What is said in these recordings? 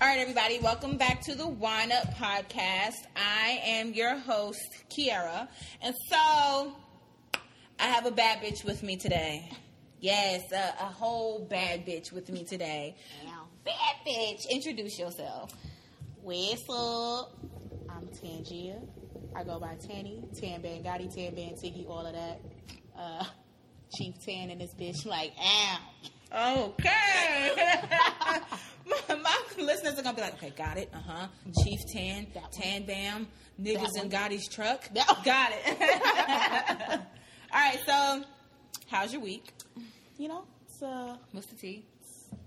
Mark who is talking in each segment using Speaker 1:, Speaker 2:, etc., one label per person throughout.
Speaker 1: right, everybody, welcome back to the Wine Up Podcast. I am your host, Kiara. And so I have a bad bitch with me today. Yes, a, a whole bad bitch with me today.
Speaker 2: Now,
Speaker 1: Bad bitch, introduce yourself.
Speaker 2: what's up? I'm Tangia. I go by Tanny, Tan Bangotti, Tan Ban Tiggy, all of that. Uh, Chief Tan and this bitch, like, ow.
Speaker 1: Okay. my, my listeners are going to be like, okay, got it. Uh huh. Chief Tan,
Speaker 2: That one.
Speaker 1: Tan Bam, niggas
Speaker 2: That
Speaker 1: in Gotti's truck.
Speaker 2: That one.
Speaker 1: Got it. All right, so how's your week?
Speaker 2: You know, it's, uh,
Speaker 1: What's the tea?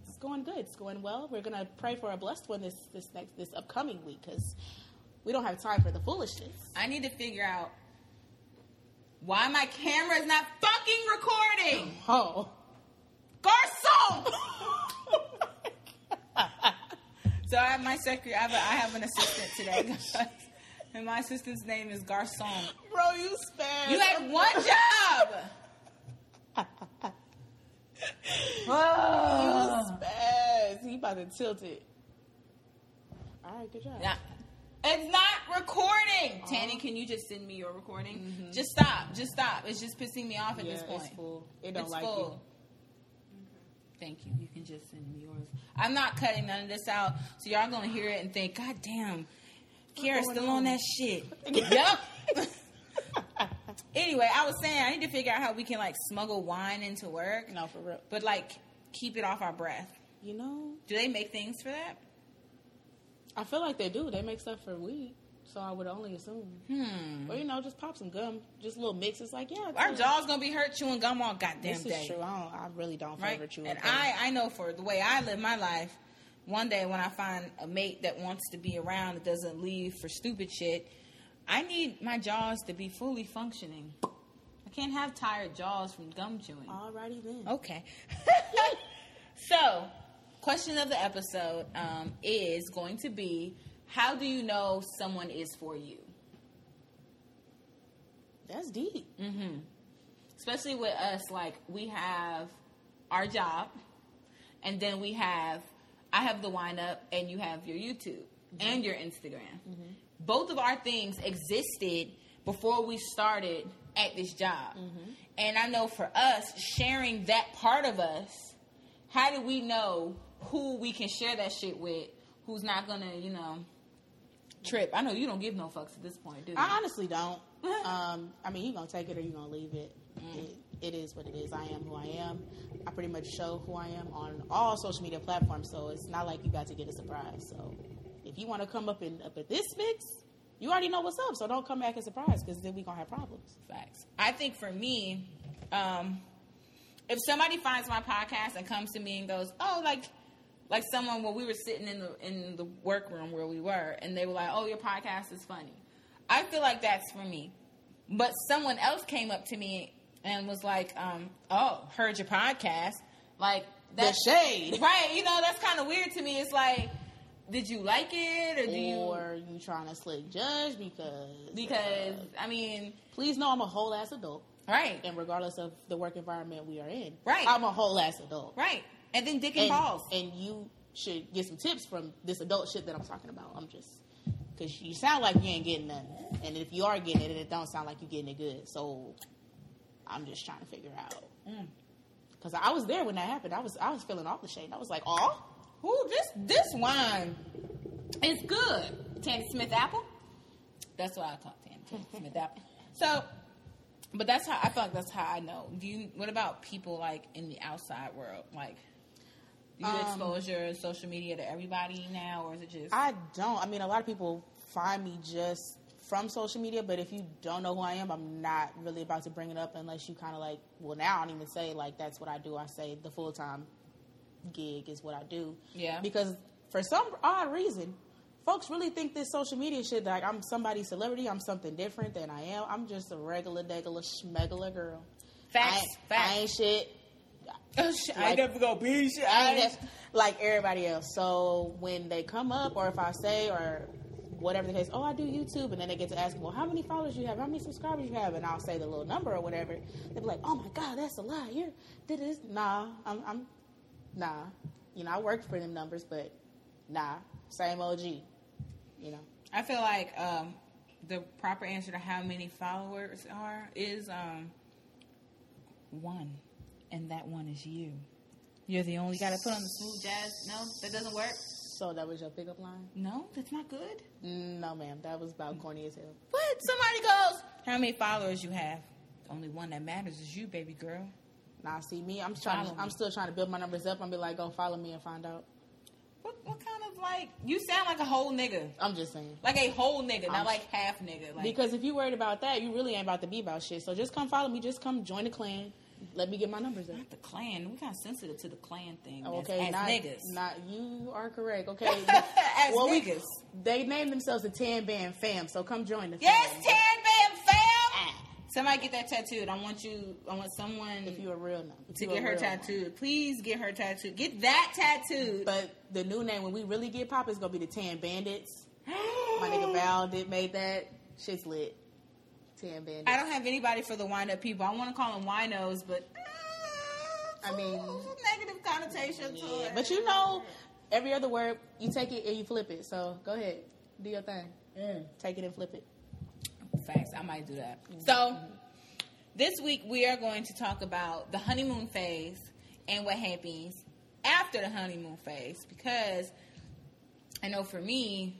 Speaker 2: it's going good. It's going well. We're gonna pray for a blessed one this this next this upcoming week because we don't have time for the foolishness.
Speaker 1: I need to figure out why my camera is not fucking recording.
Speaker 2: Oh,
Speaker 1: Garcon! so I have my secretary, I have, a, I have an assistant today. and my assistant's name is Garcon.
Speaker 2: bro, you spam.
Speaker 1: You had one job!
Speaker 2: Ah.
Speaker 1: Oh.
Speaker 2: spaz. He about to tilt it. All right, good job.
Speaker 1: Nah. It's not recording. Tanny, can you just send me your recording? Just stop. Just stop. It's just pissing me off at
Speaker 2: Mm-hmm. Yeah,
Speaker 1: this point.
Speaker 2: it's full. It don't
Speaker 1: It's
Speaker 2: like
Speaker 1: full. Thank you. You can just send me yours. I'm not cutting none of this out, so y'all gonna hear it and think, God damn, Kiara's
Speaker 2: going
Speaker 1: still
Speaker 2: on?"
Speaker 1: on that shit. yup. Anyway, I was saying I need to figure out how we can like smuggle wine into work,
Speaker 2: you. no, for real.
Speaker 1: but like keep it off our breath.
Speaker 2: You know,
Speaker 1: Do they make things for that?
Speaker 2: I feel like they do. They make stuff for weed, so I would only assume.
Speaker 1: Hmm.
Speaker 2: Or you know, just pop some gum, just little mixes. Like yeah,
Speaker 1: Our
Speaker 2: good.
Speaker 1: jaw's gonna be hurt chewing gum all goddamn
Speaker 2: This
Speaker 1: day.
Speaker 2: is true. I, don't, I really don't
Speaker 1: right?
Speaker 2: favor chewing.
Speaker 1: and
Speaker 2: gum.
Speaker 1: I, I know for the way I live my life, one day when I find a mate that wants to be around that doesn't leave for stupid shit, I need my jaws to be fully functioning. I can't have tired jaws from gum chewing.
Speaker 2: Alrighty then.
Speaker 1: Okay. so, question of the episode um, is going to be how do you know someone is for you?
Speaker 2: That's deep.
Speaker 1: hmm Especially with us, like we have our job, and then we have I have the wind up, and you have your YouTube and your Instagram. Both of our things existed before we started at this job, and I know for us sharing that part of us, how do we know who we can share that shit with? Who's not gonna, you know, trip? I know you don't give no fucks at this point, do you?
Speaker 2: I honestly don't.
Speaker 1: Mm-hmm.
Speaker 2: Um, I mean, you gonna take it or you gonna leave it.
Speaker 1: Mm.
Speaker 2: it. It is what it is. I am who I am. I pretty much show who I am on all social media platforms, so it's not like you got to get a surprise. So if you want to come up in up at this mix, you already know what's up. So don't come back and surprise because then we gonna have problems.
Speaker 1: Facts. I think for me, um, if somebody finds my podcast and comes to me and goes, "Oh, like, like someone when we were sitting in the in the workroom where we were, and they were like, "Oh, your podcast is funny," I feel like that's for me. But someone else came up to me and was like, um, "Oh, heard your podcast," like
Speaker 2: The
Speaker 1: that
Speaker 2: shade.
Speaker 1: right? You know, that's kind of weird to me. It's like, did you like it, or do you?
Speaker 2: Or you trying to slick judge because
Speaker 1: Because
Speaker 2: uh,
Speaker 1: I mean,
Speaker 2: please know I'm a whole ass adult,
Speaker 1: right,
Speaker 2: and regardless of the work environment we are in,
Speaker 1: Right.
Speaker 2: I'm a whole ass adult,
Speaker 1: right, and then dick and
Speaker 2: and,
Speaker 1: balls.
Speaker 2: and you should get some tips from this adult shit that I'm talking about. I'm just because you sound like you ain't getting none, and if you are getting it, it don't sound like you getting it good. So I'm just trying to figure out
Speaker 1: Mm.
Speaker 2: because I was there when that happened. I was I was feeling all the shade. I was like, oh,
Speaker 1: Ooh, this this wine is good. Tandy Smith apple. That's what I call it, Tandy, Tandy Smith apple. So, but that's how I feel like that's how I know. Do you? What about people like in the outside world? Like, do you
Speaker 2: Um,
Speaker 1: expose your social media to everybody now, or is it just
Speaker 2: I don't. I mean, a lot of people find me just from social media, but if you don't know who I am, I'm not really about to bring it up unless you kind of like, well, now I don't even say like that's what I do. I say the full time gig is what I do.
Speaker 1: Yeah.
Speaker 2: Because for some odd reason, folks really think this social media shit like I'm somebody's celebrity, I'm something different than I am. I'm just a regular, degular, schmegula girl. I
Speaker 1: facts?
Speaker 2: ain't, I
Speaker 1: facts.
Speaker 2: ain't shit.
Speaker 1: Oh, shit, I ain't
Speaker 2: like-
Speaker 1: never gonna be shit.
Speaker 2: I ain't as- like everybody else. So when they come up, or if I say, or whatever the case, oh, I do YouTube, and then they get to ask, well, how many followers you have, how many subscribers you have, and I'll say the little number or whatever. They'll be like, oh my god, that's a lie. You're did this? Nah, I'm, I'm, nah. You know, I worked for them numbers, but Nah, same OG. You know,
Speaker 1: I feel like um, the proper answer to how many followers are is um, one, and that one is you. You're the only guy to put on the smooth jazz. No, that doesn't work.
Speaker 2: so that was your pickup line.
Speaker 1: No, that's not good.
Speaker 2: No, ma'am, that was about corny as hell.
Speaker 1: What? Somebody goes, how many followers you have? The only one that matters is you, baby girl.
Speaker 2: Nah, see me, I'm trying.
Speaker 1: Follow
Speaker 2: I'm
Speaker 1: me.
Speaker 2: still trying to build my numbers up. I'm be like, go follow me and find out.
Speaker 1: What, what kind of like? You sound like a whole nigga,
Speaker 2: I'm just saying.
Speaker 1: like a whole nigga,
Speaker 2: I'm-
Speaker 1: not like half nigga. Like,
Speaker 2: Because if you worried about that, you really ain't about to be about shit. So just come follow me. Just come join the clan. Let me get my numbers up.
Speaker 1: not the clan. We kind of sensitive to the clan thing. as-
Speaker 2: Okay,
Speaker 1: as,
Speaker 2: not,
Speaker 1: niggas.
Speaker 2: not you are correct. Okay,
Speaker 1: As
Speaker 2: Well, we-
Speaker 1: niggas.
Speaker 2: they name themselves the Tan Band Fam, so come join the
Speaker 1: yes,
Speaker 2: fam.
Speaker 1: Tan Bam Fam. Somebody get that tattooed. I want you. I want someone
Speaker 2: If you a real num- if
Speaker 1: to
Speaker 2: you a
Speaker 1: get her
Speaker 2: real one.
Speaker 1: tattooed. Please get her tattooed. Get that tattooed.
Speaker 2: But the new name when we really get pop is gonna be the Tan Bandits. My nigga Val did made that. Shit's lit. Tan Bandits.
Speaker 1: I don't have anybody for the wind up people. I want to call them winos, but
Speaker 2: I mean-
Speaker 1: negative connotation to
Speaker 2: Yeah,
Speaker 1: it.
Speaker 2: But you know, every other word you take it and you flip it. So go ahead, do your thing. Take it and flip it.
Speaker 1: Mm, Facts. I might do that. So this week we are going to talk about the honeymoon phase and what happens after the honeymoon phase because I know for me,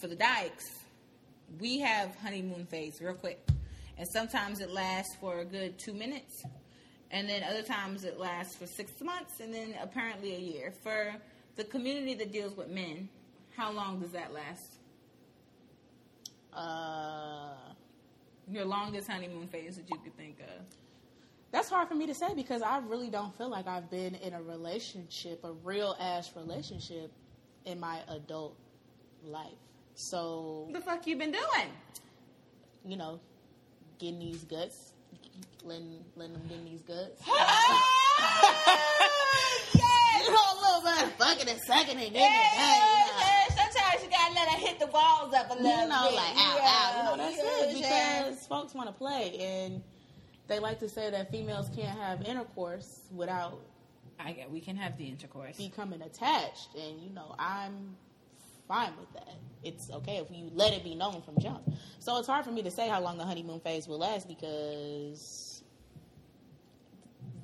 Speaker 1: for the dykes, we have honeymoon phase real quick. And sometimes it lasts for a good two minutes. And then other times it lasts for six months and then apparently a year. For the community that deals with men, how long does that last?
Speaker 2: Uh,
Speaker 1: Your longest honeymoon phase that you could think of?
Speaker 2: that's hard for me to say because I really don't feel like I've been in a relationship, a real ass relationship, in my adult life. So
Speaker 1: What the fuck you been doing?
Speaker 2: you know, getting these guts, letting letting them get in these guts. You
Speaker 1: yes!
Speaker 2: know, a little bit of fucking and sucking and getting
Speaker 1: Yes,
Speaker 2: it done, you know.
Speaker 1: yes, Sometimes you gotta let her hit the walls up a little
Speaker 2: you know,
Speaker 1: bit.
Speaker 2: like ow,
Speaker 1: Yeah,
Speaker 2: ow. You know, that's it
Speaker 1: yeah.
Speaker 2: because folks want to play, and they like to say that females can't have intercourse without
Speaker 1: I get we can have the intercourse.
Speaker 2: becoming attached, and you know, I'm fine with that. It's okay if you let it be known from jump. So it's hard for me to say how long the honeymoon phase will last because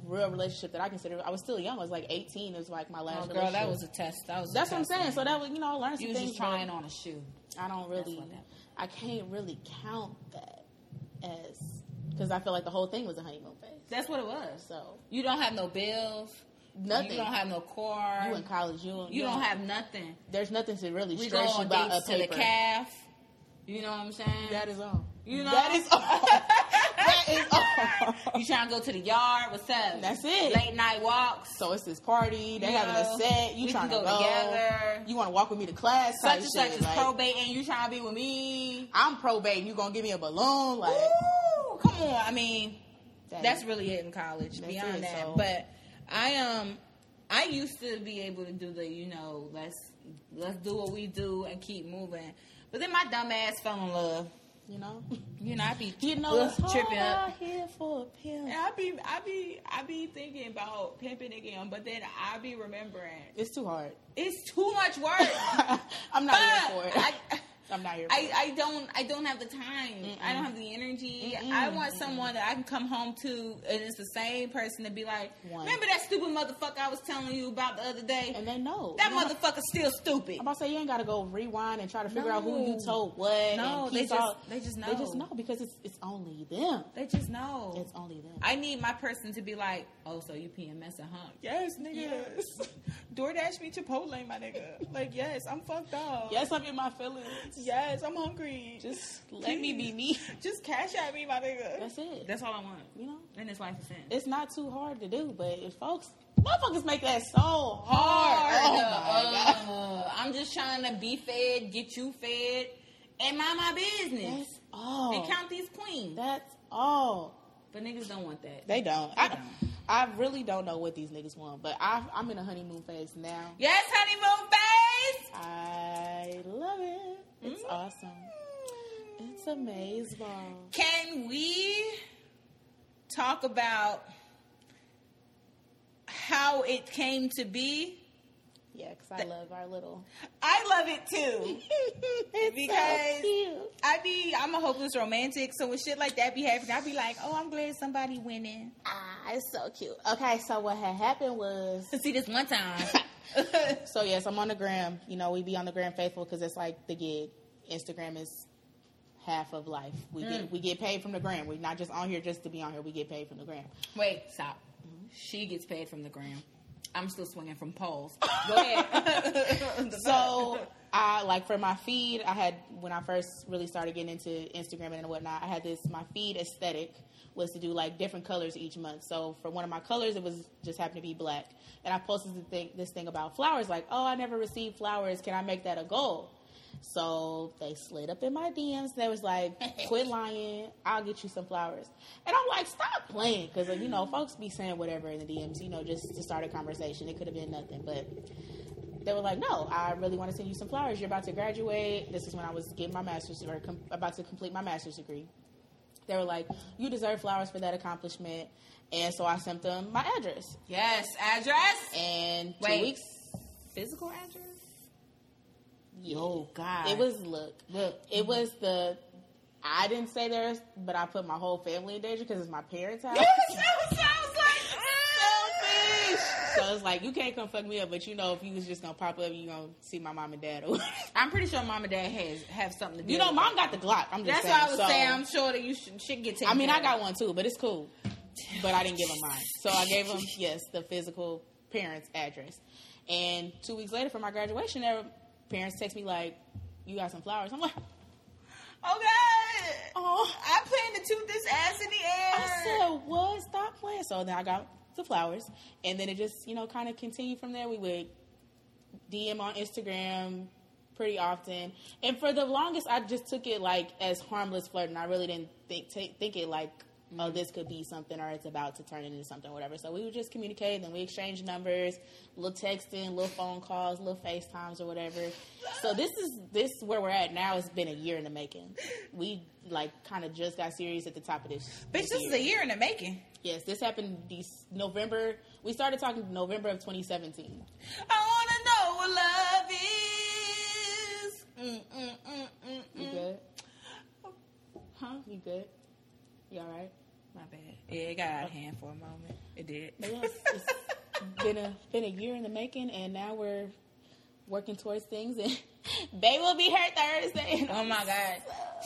Speaker 2: real relationship that I consider, I was still young. I was like 18. It was like my
Speaker 1: Oh,
Speaker 2: last.
Speaker 1: girl, that
Speaker 2: relationship.
Speaker 1: was a test. That was a
Speaker 2: That's what I'm
Speaker 1: test
Speaker 2: saying.
Speaker 1: one.
Speaker 2: So that was, you know, I learned some
Speaker 1: you was
Speaker 2: things.
Speaker 1: just trying on a shoe.
Speaker 2: I don't really,
Speaker 1: what that-
Speaker 2: I can't really count that as because I feel like the whole thing was a honeymoon phase.
Speaker 1: That's what it was.
Speaker 2: So
Speaker 1: You don't have no bills.
Speaker 2: nothing.
Speaker 1: You
Speaker 2: You,
Speaker 1: don't have no car.
Speaker 2: in college, you don't,
Speaker 1: you don't have nothing.
Speaker 2: There's nothing to really
Speaker 1: We go
Speaker 2: stress you
Speaker 1: on
Speaker 2: about a
Speaker 1: dates to the
Speaker 2: paper.
Speaker 1: calf. You know what I'm saying?
Speaker 2: That is all.
Speaker 1: You know?
Speaker 2: that is all. that is all.
Speaker 1: You trying to go to the yard? What's up?
Speaker 2: That's it.
Speaker 1: Late night walks.
Speaker 2: So it's this party. They
Speaker 1: You
Speaker 2: having
Speaker 1: know,
Speaker 2: a set. You
Speaker 1: we
Speaker 2: trying
Speaker 1: can
Speaker 2: to
Speaker 1: go
Speaker 2: go
Speaker 1: together.
Speaker 2: You want to walk with me to class?
Speaker 1: Such
Speaker 2: type
Speaker 1: and
Speaker 2: shit.
Speaker 1: such is
Speaker 2: like,
Speaker 1: probate, and you trying to be with me.
Speaker 2: I'm probating. You gonna give me a balloon? Like
Speaker 1: Ooh, come on. I mean,
Speaker 2: that-
Speaker 1: that's really it in college.
Speaker 2: That's
Speaker 1: beyond
Speaker 2: it,
Speaker 1: that,
Speaker 2: so-
Speaker 1: but I um, I used to be able to do the you know let's let's do what we do and keep moving. But then my dumb ass fell in love.
Speaker 2: you know.
Speaker 1: You know, I be
Speaker 2: You know
Speaker 1: ugh,
Speaker 2: it's hard
Speaker 1: tripping up.
Speaker 2: out here for a pimp.
Speaker 1: And I be I be I be thinking about pimping again, but then I be remembering
Speaker 2: It's too hard.
Speaker 1: it's too much work.
Speaker 2: I'm not
Speaker 1: Fuck.
Speaker 2: here for it. I,
Speaker 1: I-
Speaker 2: am not here for
Speaker 1: I, I don't I don't have the time. I don't have the energy. I want someone that I can come home to and it's the same person to be like,
Speaker 2: One.
Speaker 1: remember that stupid motherfucker I was telling you about the other day?
Speaker 2: it. And they know.
Speaker 1: that
Speaker 2: You know,
Speaker 1: motherfucker's still stupid.
Speaker 2: I'm about to say you ain't got to go rewind and try to figure out who you
Speaker 1: No.
Speaker 2: told what.
Speaker 1: No,
Speaker 2: and
Speaker 1: they
Speaker 2: piece
Speaker 1: just
Speaker 2: out-
Speaker 1: they just know.
Speaker 2: They just know because it's it's only them.
Speaker 1: They just know.
Speaker 2: It's only them.
Speaker 1: I need my person to be like, oh, so you PMS and hump? Yes, nigga.
Speaker 2: Yes.
Speaker 1: DoorDash me Chipotle, my nigga. Like, yes, I'm fucked up.
Speaker 2: yes, I'm in my feelings.
Speaker 1: Yes, I'm hungry.
Speaker 2: Just let me be me.
Speaker 1: just cash at me, my nigga.
Speaker 2: That's it.
Speaker 1: That's all I want.
Speaker 2: you know,
Speaker 1: And this life is in.
Speaker 2: it's not too hard to do, but if folks, motherfuckers make that so hard. Oh my god.
Speaker 1: Uh, I'm just trying to be fed, get you fed, and mind my business.
Speaker 2: That's all.
Speaker 1: And count these queens.
Speaker 2: That's all.
Speaker 1: But niggas don't want that.
Speaker 2: They don't. I,
Speaker 1: don't.
Speaker 2: I really don't know what these niggas want, but I, I'm in a honeymoon phase now.
Speaker 1: Yes, honeymoon face.
Speaker 2: I love it. It's
Speaker 1: Mm.
Speaker 2: awesome. It's amazing.
Speaker 1: Can we talk about how it came to be
Speaker 2: Yeah, because I love our little.
Speaker 1: I love it too.
Speaker 2: it's
Speaker 1: Because-
Speaker 2: so cute.
Speaker 1: I be, I'm a hopeless romantic, so when shit like that be happening, I be like, oh, I'm glad somebody winning.
Speaker 2: Ah, it's so cute. Okay, so what had happened was
Speaker 1: To see this one time.
Speaker 2: so yes, I'm on the gram. You know, we be on the gram faithful because it's like the gig. Instagram is half of life. We get we get paid from the gram. We're not just on here just to be on here. We get paid from the gram.
Speaker 1: Wait, stop. She gets paid from the gram. I'm still swinging from poles. Go ahead.
Speaker 2: So I like for my feed, I had when I first really started getting into Instagram and whatnot, I had this my feed aesthetic was to do like different colors each month. So for one of my colors, it was just happened to be black, and I posted the thing, this thing about flowers, like, oh, I never received flowers. Can I make that a goal? So they slid up in my DMs. They was like, "Quit lying. I'll get you some flowers." And I'm like, "Stop playing," because you know, folks be saying whatever in the DMs, you know, just to start a conversation. It could have been nothing, but they were like, "No, I really want to send you some flowers. You're about to graduate. This is when I was getting my master's or com- about to complete my master's degree." They were like, "You deserve flowers for that accomplishment," and so I sent them my address.
Speaker 1: yes, address.
Speaker 2: And two
Speaker 1: Wait.
Speaker 2: weeks,
Speaker 1: Physical address?
Speaker 2: yeah,
Speaker 1: Oh, God.
Speaker 2: it was look,
Speaker 1: Look.
Speaker 2: it was the. I didn't say theirs, but I put my whole family in danger because it's my parents' house.
Speaker 1: sounds like
Speaker 2: Selfish. So it's like you can't come fuck me up, but you know if you was just gonna pop up, you gonna see my mom and dad. Or whatever.
Speaker 1: I'm pretty sure mom and dad has have something to do.
Speaker 2: you know,
Speaker 1: with
Speaker 2: mom got the Glock. I'm
Speaker 1: it.
Speaker 2: just
Speaker 1: That's why I was
Speaker 2: saying. So-
Speaker 1: saying. I'm sure that you should, should get taken.
Speaker 2: I mean, I
Speaker 1: care
Speaker 2: got
Speaker 1: of.
Speaker 2: one too, but it's cool. But I didn't give him mine. So I gave him, yes, the physical parents' address. And two weeks later for my graduation, their parents text me like, you got some flowers. I'm like,
Speaker 1: Oh God!
Speaker 2: oh.
Speaker 1: I plan to toot this ass in the air.
Speaker 2: I said, what? Stop playing. So then I got the flowers. And then it just, you know, kind of continued from there. We would DM on Instagram pretty often. And for the longest, I just took it like as harmless flirting. I really didn't think take, think it like, oh, this could be something or it's about to turn into something or whatever. So we would just communicate. Then we exchanged numbers, little texting, little phone calls, little FaceTimes or whatever. So this is this where we're at now. It's been a year in the making. We like kind of just got serious at the top of this.
Speaker 1: "Bitch, this is a year in the making."
Speaker 2: Yes, this happened this November. We started talking November of 2017.
Speaker 1: I wanna know what love is. Mm, mm, mm, mm,
Speaker 2: You
Speaker 1: mm.
Speaker 2: good? Huh? You good? You all right?
Speaker 1: My bad. Yeah, it got out of hand for a moment. It did.
Speaker 2: But yes, it's been a been a year in the making, and now we're working towards things. And they will be here Thursday.
Speaker 1: oh my God,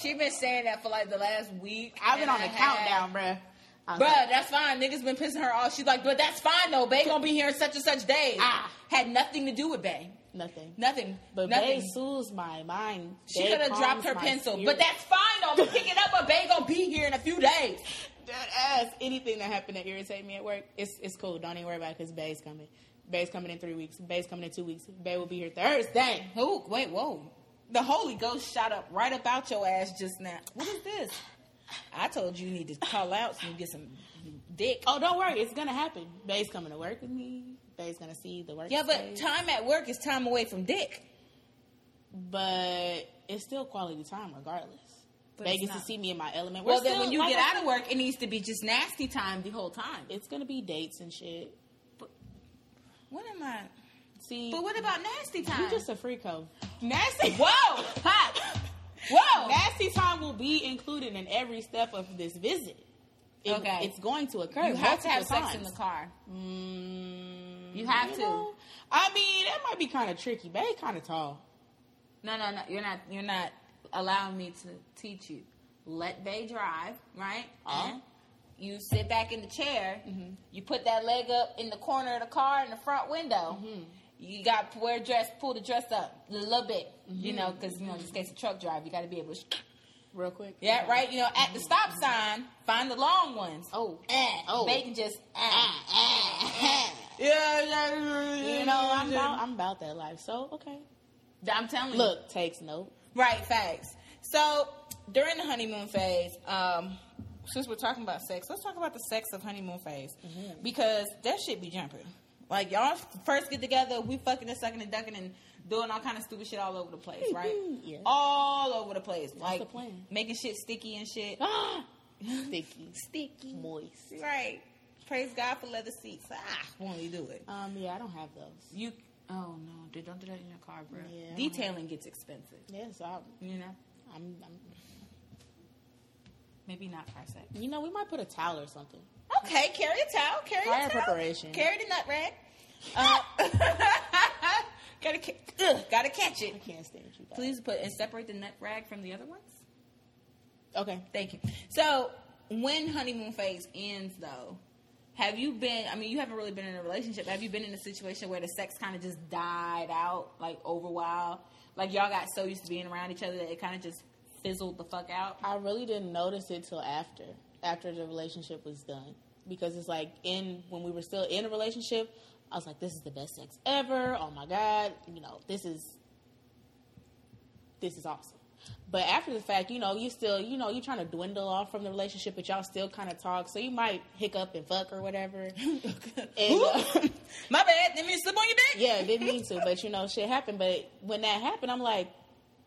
Speaker 1: she been saying that for like the last week.
Speaker 2: I've been
Speaker 1: and
Speaker 2: on
Speaker 1: a
Speaker 2: the
Speaker 1: half.
Speaker 2: countdown, bruh. I was like,
Speaker 1: Bruh, that's fine. Niggas been pissing her off. She's like, but that's fine though. Bay gonna be here in such and such days.
Speaker 2: Ah.
Speaker 1: Had nothing to do with Bay.
Speaker 2: nothing.
Speaker 1: Nothing.
Speaker 2: But
Speaker 1: nothing.
Speaker 2: they soothes my mind.
Speaker 1: she
Speaker 2: They
Speaker 1: could have dropped
Speaker 2: calms
Speaker 1: her
Speaker 2: my
Speaker 1: pencil.
Speaker 2: spirit.
Speaker 1: But that's fine though. I'm picking up a Bay gonna be here in a few days.
Speaker 2: Dead ass. Anything that happened that irritate me at work, it's it's cool. Don't even worry about it because Bay's coming. Bay's coming in three weeks. Bay's coming in two weeks. Bay will be here Thursday.
Speaker 1: Who? Wait, whoa. The Holy Ghost shot up right about your ass just now. What is this? I told you you need to call out so you get some dick.
Speaker 2: Oh, don't worry, it's gonna happen. Bay's coming to work with me. Bay's gonna see the work.
Speaker 1: Yeah, but
Speaker 2: space.
Speaker 1: time at work is time away from dick.
Speaker 2: but it's still quality time regardless.
Speaker 1: But
Speaker 2: Bay
Speaker 1: it's
Speaker 2: gets to
Speaker 1: not.
Speaker 2: see me in my element.
Speaker 1: well,
Speaker 2: We're
Speaker 1: then
Speaker 2: still-
Speaker 1: when you
Speaker 2: like
Speaker 1: get
Speaker 2: I
Speaker 1: out
Speaker 2: said,
Speaker 1: of work, it needs to be just nasty time the whole time.
Speaker 2: it's gonna be dates and shit.
Speaker 1: What am I?
Speaker 2: See,
Speaker 1: But what about nasty time?
Speaker 2: you just a freak hoe.
Speaker 1: nasty. Whoa! Ha! Whoa!
Speaker 2: Nasty time will be included in every step of this visit. It-
Speaker 1: Okay.
Speaker 2: it's going to occur.
Speaker 1: you have to have
Speaker 2: multiple
Speaker 1: sex in the
Speaker 2: times.
Speaker 1: car.
Speaker 2: Mm,
Speaker 1: You have to.
Speaker 2: know? I mean, that might be kind of tricky. Bay kind of tall.
Speaker 1: No, no, no. You're not. You're not allowing me to teach you. Let Bay drive, right?
Speaker 2: Uh-huh. Mm-hmm.
Speaker 1: And you sit back in the chair. You put that leg up in the corner of the car in the front window.
Speaker 2: Mm-hmm.
Speaker 1: You got to wear a dress. Pull the dress up a little bit.
Speaker 2: Mm-hmm.
Speaker 1: You know, because you know, just in case of truck drive, you got to be able to. Sh-
Speaker 2: Real quick.
Speaker 1: yeah, right. You know, at the stop sign, find the long ones.
Speaker 2: Mm-hmm. Oh.
Speaker 1: Eh,
Speaker 2: Oh.
Speaker 1: Bay can just. eh, eh, eh.
Speaker 2: Yeah, yeah,
Speaker 1: yeah,
Speaker 2: You know, I'm
Speaker 1: yeah.
Speaker 2: about, I'm Mm. about that life. So, okay.
Speaker 1: I'm telling you.
Speaker 2: Look, takes note.
Speaker 1: Right, facts. So during the honeymoon phase, um, since we're talking about sex, let's talk about the sex of honeymoon phase because that shit be jumping. Like y'all first get together, we fucking and sucking and ducking and doing all kind of stupid shit all over the place, right?
Speaker 2: Yeah.
Speaker 1: All over the place, like
Speaker 2: the plan.
Speaker 1: making shit sticky and shit.
Speaker 2: Sticky. Sticky. Moist.
Speaker 1: right. Praise God for leather seats. Ah, when we do it,
Speaker 2: Um, yeah, I don't have those.
Speaker 1: you Oh no, dude, don't do that in your car, bro.
Speaker 2: Yeah.
Speaker 1: Detailing gets expensive.
Speaker 2: Yeah, so I,
Speaker 1: You know,
Speaker 2: I'm, I'm.
Speaker 1: maybe not car sex.
Speaker 2: You know, we might put a towel or something.
Speaker 1: Okay, carry a towel. Carry
Speaker 2: Prior
Speaker 1: a towel.
Speaker 2: preparation.
Speaker 1: Carry the nut rag. Uh, gotta ca- ugh, gotta catch it.
Speaker 2: I can't stand you guys.
Speaker 1: Please put and separate the nut rag from the other ones.
Speaker 2: Okay.
Speaker 1: Thank you. So when honeymoon phase ends, though, have you been? I mean, you haven't really been in a relationship. Have you been in a situation where the sex kind of just died out, like over a while? Like y'all got so used to being around each other that it kind of just fizzled the fuck out.
Speaker 2: I really didn't notice it till after, after the relationship was done, because it's like in when we were still in a relationship, I was like, "This is the best sex ever! Oh my god! You know, this is, this is awesome." But after the fact, you know, you still, you know, you're trying to dwindle off from the relationship, but y'all still kind of talk, so you might hiccup and fuck or whatever. And, uh,
Speaker 1: My bad. Didn't mean to slip on your dick.
Speaker 2: yeah, didn't mean to, but you know, shit happened. But when that happened, I'm like,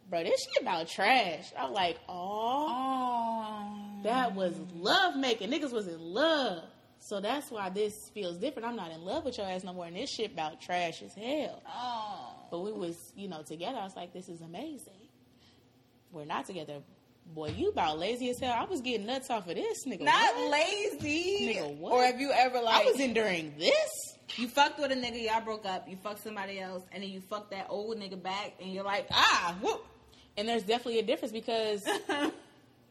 Speaker 2: bro, this shit about trash. I'm like, oh.
Speaker 1: Oh.
Speaker 2: That was love making. Niggas was in love. So that's why this feels different. I'm not in love with your ass no more. And this shit about trash as hell.
Speaker 1: Oh.
Speaker 2: But we was, you know, together. I was like, this is amazing. We're not together. Boy, you about lazy as hell. I was getting nuts off of this nigga.
Speaker 1: Not
Speaker 2: What?
Speaker 1: lazy.
Speaker 2: Nigga, what?
Speaker 1: Or have you ever like
Speaker 2: I was enduring this.
Speaker 1: you fucked with a nigga, y'all broke up, you fucked somebody else, and then you fucked that old nigga back, and you're like, ah, whoop.
Speaker 2: And there's definitely a difference because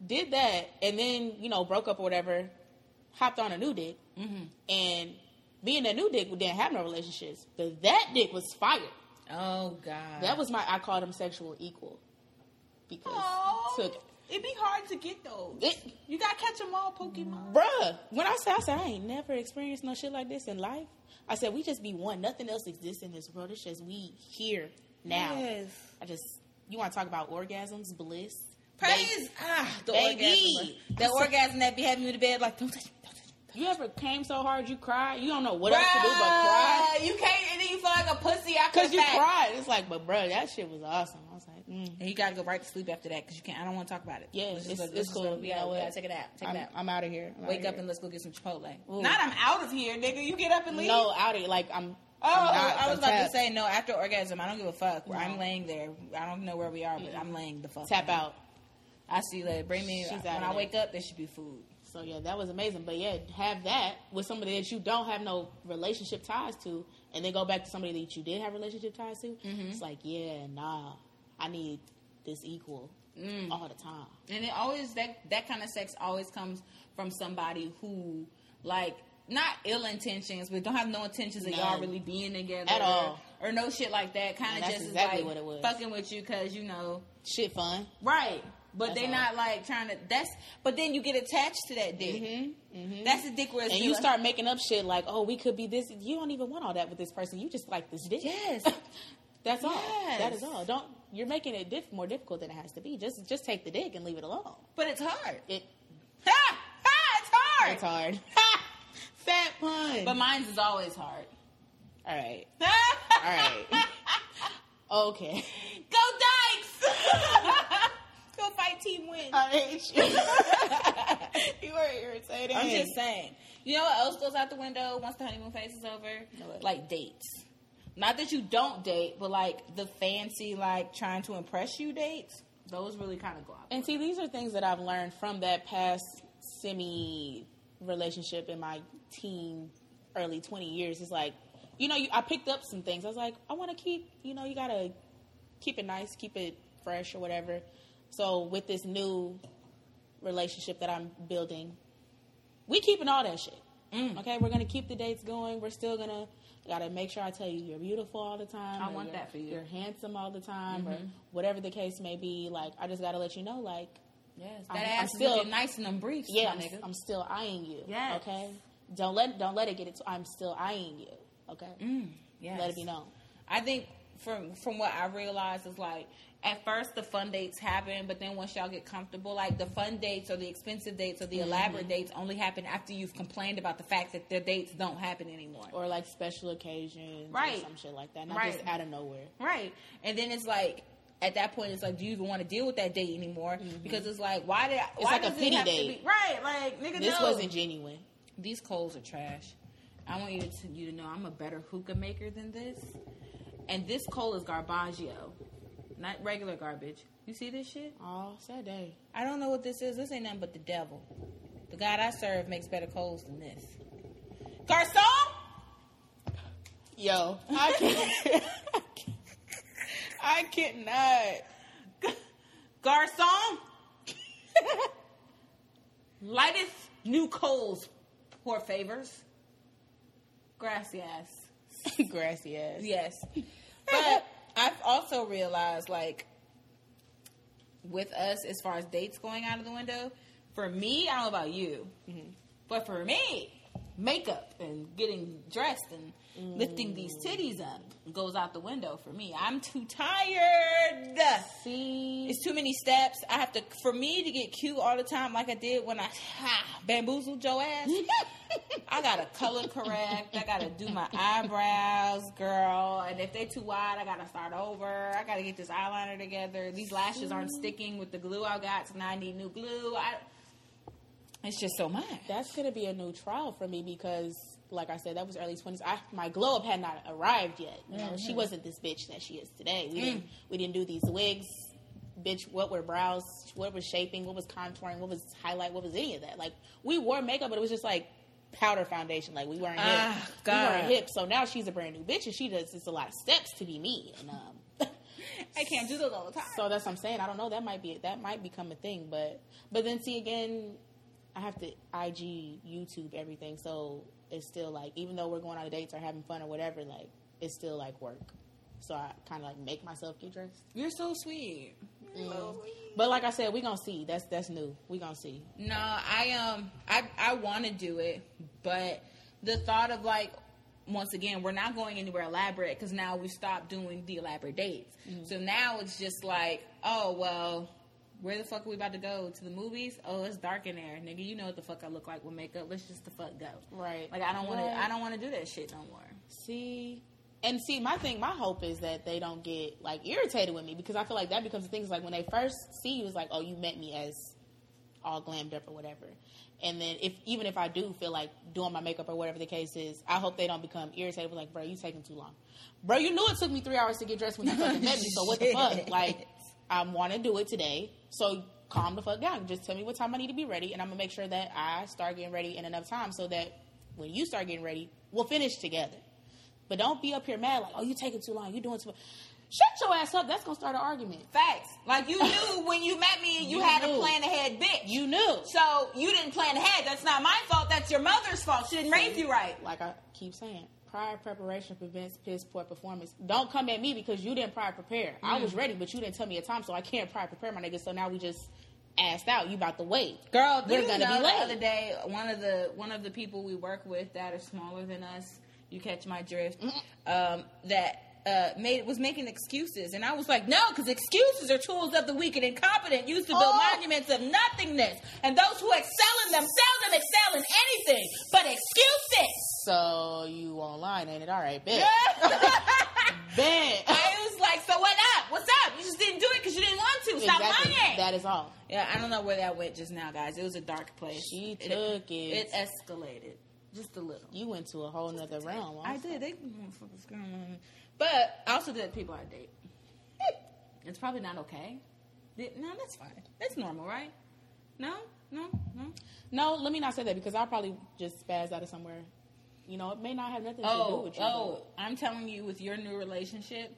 Speaker 2: did that and then, you know, broke up or whatever, hopped on a new dick. And me and that new dick we didn't have no relationships. But that dick was fire.
Speaker 1: oh god.
Speaker 2: That was my I called him sexual equal because
Speaker 1: Aw.
Speaker 2: took
Speaker 1: It'd be hard to get those.
Speaker 2: it,
Speaker 1: you gotta catch them all, Pokemon.
Speaker 2: bruh. When I said I said I ain't never experienced no shit like this in life. I said we just be one. Nothing else exists in this world. It's just we here now.
Speaker 1: Yes.
Speaker 2: I just you want to talk about orgasms, bliss,
Speaker 1: Praise ah the
Speaker 2: Baby.
Speaker 1: orgasm. The orgasm that be having you to bed like don't touch me, don't touch me.
Speaker 2: Babe, You ever came so hard you cried? You don't know what else to do but cry
Speaker 1: Bruh, You can't, and then you feel like a pussy after
Speaker 2: because
Speaker 1: the
Speaker 2: you
Speaker 1: fact.
Speaker 2: cried. It's like, but bruh, that shit was awesome. I was like, mm.
Speaker 1: And you gotta go right to sleep after that because you can't. I don't want to talk about it.
Speaker 2: yeah,
Speaker 1: Let's
Speaker 2: it's,
Speaker 1: just
Speaker 2: it's,
Speaker 1: go- let's just
Speaker 2: cool.
Speaker 1: go- We
Speaker 2: You know
Speaker 1: gotta, we
Speaker 2: what?
Speaker 1: gotta take it out. Take
Speaker 2: I'm,
Speaker 1: it out.
Speaker 2: I'm out of here. I'm outta
Speaker 1: Wake up
Speaker 2: here.
Speaker 1: and let's go get some Chipotle.
Speaker 2: Ooh.
Speaker 1: Not I'm out of here, nigga. You get up and leave.
Speaker 2: no out of like I'm.
Speaker 1: Oh,
Speaker 2: I'm not,
Speaker 1: I was
Speaker 2: I'm
Speaker 1: about to
Speaker 2: tapped.
Speaker 1: say no. After orgasm, I don't give a fuck. Where I'm
Speaker 2: No.
Speaker 1: laying there. I don't know where we are, but I'm laying the fuck.
Speaker 2: tap
Speaker 1: down.
Speaker 2: out.
Speaker 1: I see you later. Bring me
Speaker 2: She's
Speaker 1: when
Speaker 2: outta
Speaker 1: I
Speaker 2: there.
Speaker 1: wake up. There should be food.
Speaker 2: So yeah, that was amazing. But yeah, have that with somebody that you don't have no relationship ties to, and then go back to somebody that you did have relationship ties to. It's like yeah, nah, I need this equal all the time.
Speaker 1: and it always that that kind of sex always comes from somebody who like not ill intentions but don't have no intentions of y'all
Speaker 2: None.
Speaker 1: really being together
Speaker 2: At all.
Speaker 1: or, or no shit like that kind
Speaker 2: And
Speaker 1: of
Speaker 2: that's
Speaker 1: just is
Speaker 2: exactly
Speaker 1: like
Speaker 2: what it was.
Speaker 1: fucking with you because you know
Speaker 2: Shit, fun.
Speaker 1: right but
Speaker 2: That's
Speaker 1: they
Speaker 2: all.
Speaker 1: not like trying to that's but then you get attached to that dick that's the dick where it's
Speaker 2: Mm-hmm, And
Speaker 1: be
Speaker 2: you
Speaker 1: like-
Speaker 2: start making up shit like, oh, we could be this. You don't even want all that with this person. You just like this dick.
Speaker 1: yes
Speaker 2: That's all.
Speaker 1: Yes.
Speaker 2: That is all. Don't. You're making it diff- more difficult than it has to be. Just just take the dick and leave it alone.
Speaker 1: but it's hard
Speaker 2: It.
Speaker 1: ha! Ha! it's hard
Speaker 2: It's hard. Fat pun.
Speaker 1: but mine's is always hard
Speaker 2: all right.
Speaker 1: all
Speaker 2: right. Okay.
Speaker 1: go dykes go fight team win
Speaker 2: I hate you. you are irritating.
Speaker 1: I'm just saying. You know what else goes out the window once the honeymoon phase is over?
Speaker 2: What?
Speaker 1: Like dates. Not that you don't date, but like the fancy, like trying to impress you dates. Those really kind of go out.
Speaker 2: And see, these are things that I've learned from that past semi relationship in my teen, early 20 years. It's like, you know, you, I picked up some things. I was like, I want to keep, you know, you got to keep it nice, keep it fresh or whatever. So with this new relationship that I'm building, we keeping all that shit.
Speaker 1: Mm.
Speaker 2: Okay, we're gonna keep the dates going. We're still gonna gotta make sure I tell you you're beautiful all the time.
Speaker 1: I
Speaker 2: or
Speaker 1: want
Speaker 2: you're-
Speaker 1: that for you. Mm-hmm.
Speaker 2: You're handsome all the time, or whatever the case may be. Like I just gotta let you know, like
Speaker 1: Yes, that
Speaker 2: I'm-
Speaker 1: ass
Speaker 2: I'm
Speaker 1: is
Speaker 2: still-
Speaker 1: looking nice in them briefs,
Speaker 2: yeah,
Speaker 1: my
Speaker 2: I'm,
Speaker 1: nigga.
Speaker 2: I'm still eyeing you.
Speaker 1: Yes.
Speaker 2: Okay. Don't let don't let it get it. To, I'm still eyeing you. Okay.
Speaker 1: Mm, Yes.
Speaker 2: Let it be known.
Speaker 1: I think from from what I realized is like at first the fun dates happen, but then once y'all get comfortable, like the fun dates or the expensive dates or the
Speaker 2: Mm-hmm.
Speaker 1: elaborate dates only happen after you've complained about the fact that their dates don't happen anymore.
Speaker 2: Or like special occasions,
Speaker 1: Right.
Speaker 2: Or some shit like that. Not
Speaker 1: Right.
Speaker 2: just out of nowhere.
Speaker 1: Right. And then it's like at that point it's like, do you even want to deal with that date anymore? Because Mm-hmm. it's like, why did I, why
Speaker 2: like a
Speaker 1: does it
Speaker 2: pity
Speaker 1: have
Speaker 2: date.
Speaker 1: To be, right? Like nigga,
Speaker 2: This
Speaker 1: no.
Speaker 2: wasn't genuine.
Speaker 1: These coals are trash. I want you to you to know I'm a better hookah maker than this, And this coal is garbaggio, not regular garbage. You see this shit?
Speaker 2: All Saturday.
Speaker 1: I don't know what this is. This ain't nothing but the devil. The God I serve makes better coals than this. Garcon!
Speaker 2: Yo, I can't. I cannot.
Speaker 1: Garcon! Lighteth new coals, poor favors. Grassy ass.
Speaker 2: Grassy ass.
Speaker 1: Yes. But I've also realized, like, with us, as far as dates going out of the window, for me, I don't know about you, but for me, makeup and getting dressed and lifting these titties up goes out the window for me. I'm too tired.
Speaker 2: See,
Speaker 1: It's too many steps. I have to, for me to get cute all the time, like I did when I ha, bamboozled your ass. I gotta color correct. I gotta do my eyebrows, girl. And if they too wide, I gotta start over. I gotta get this eyeliner together. These lashes aren't sticking with the glue I got, so now I need new glue. I, it's just so much.
Speaker 2: that's gonna be a new trial for me because, like I said, that was early twenties. I my glow up had not arrived yet. You know, she wasn't this bitch that she is today. We didn't we didn't do these wigs, bitch. What were brows? What was shaping? What was contouring? What was highlight? What was any of that? Like we wore makeup, but it was just like powder foundation. Like we weren't
Speaker 1: Ah,
Speaker 2: hip.
Speaker 1: God.
Speaker 2: We weren't hip. So now she's a brand new bitch, and she does just a lot of steps to be me. And um,
Speaker 1: I can't do those all the time.
Speaker 2: So that's what I'm saying. I don't know. That might be that might become a thing, but but then see again, I have to IG, YouTube, everything. So it's still like even though we're going on dates or having fun or whatever, like it's still like work. So I kind of like make myself get dressed.
Speaker 1: You're so sweet. You're so sweet.
Speaker 2: But like I said, we gonna see. That's that's new. We gonna see.
Speaker 1: No, I um I I want to do it, but the thought of like once again, we're not going anywhere elaborate because now we stopped doing the elaborate dates.
Speaker 2: Mm-hmm.
Speaker 1: So now it's just like, oh well, where the fuck are we about to go to the movies? Oh, it's dark in there, nigga. You know what the fuck I look like with makeup. Let's just the fuck go.
Speaker 2: Right.
Speaker 1: Like I don't want
Speaker 2: Right.
Speaker 1: to. I don't want to do that shit no more.
Speaker 2: See. And see, my thing, my hope is that they don't get like irritated with me because I feel like that becomes the thing. Is like when they first see you, it's like, oh, you met me as all glammed up or whatever. And then if even if I do feel like doing my makeup or whatever the case is, I hope they don't become irritated. With like, bro, you taking too long, bro. You knew it took me three hours to get dressed when you fucking met me. So what the fuck?
Speaker 1: Shit.
Speaker 2: Like, I want to do it today. So calm the fuck down. Just tell me what time I need to be ready, and I'm gonna make sure that I start getting ready in enough time so that when you start getting ready, we'll finish together. But don't be up here mad like, oh, you taking too long. You doing too. Much. Shut your ass up. That's gonna start an argument.
Speaker 1: Facts. Like you knew when you met me, and you,
Speaker 2: You
Speaker 1: had
Speaker 2: knew.
Speaker 1: a plan ahead, bitch.
Speaker 2: You knew.
Speaker 1: so you didn't plan ahead. That's not my fault. That's your mother's fault. She didn't raise you right.
Speaker 2: like I keep saying, prior preparation prevents piss poor performance. Don't come at me because you didn't prior prepare. I
Speaker 1: Mm.
Speaker 2: was ready, but you didn't tell me a time, so I can't prior prepare, my nigga. So now we just asked out. You about to wait,
Speaker 1: Girl, do
Speaker 2: We're
Speaker 1: you
Speaker 2: gonna
Speaker 1: know
Speaker 2: be
Speaker 1: the
Speaker 2: late.
Speaker 1: other day one of the one of the people we work with that are smaller than us. You catch my drift.
Speaker 2: Mm-hmm.
Speaker 1: Um, that uh, made was making excuses, and I was like, no, because excuses are tools of the weak and incompetent, used to build
Speaker 2: Oh.
Speaker 1: monuments of nothingness. And those who excel in themselves and excel in anything but excuses.
Speaker 2: So you online, ain't it? All right, bet,
Speaker 1: I
Speaker 2: bet.
Speaker 1: was like, so what up? What's up? You just didn't do it because you didn't want to. Stop
Speaker 2: Exactly.
Speaker 1: lying.
Speaker 2: That is all.
Speaker 1: Yeah, I don't know where that went just now, guys. It was a dark place.
Speaker 2: She
Speaker 1: It-
Speaker 2: took it.
Speaker 1: It escalated just a little.
Speaker 2: You went to a whole nother realm.
Speaker 1: I did. They motherfuckers going on. But I also did people I date. It's probably not okay. Th- No, that's fine. That's normal, right? No, no, no.
Speaker 2: No, let me not say that because I'll probably just spaz out of somewhere. You know, it may not have nothing to do
Speaker 1: Oh,
Speaker 2: with you.
Speaker 1: oh! I'm telling you, with your new relationship,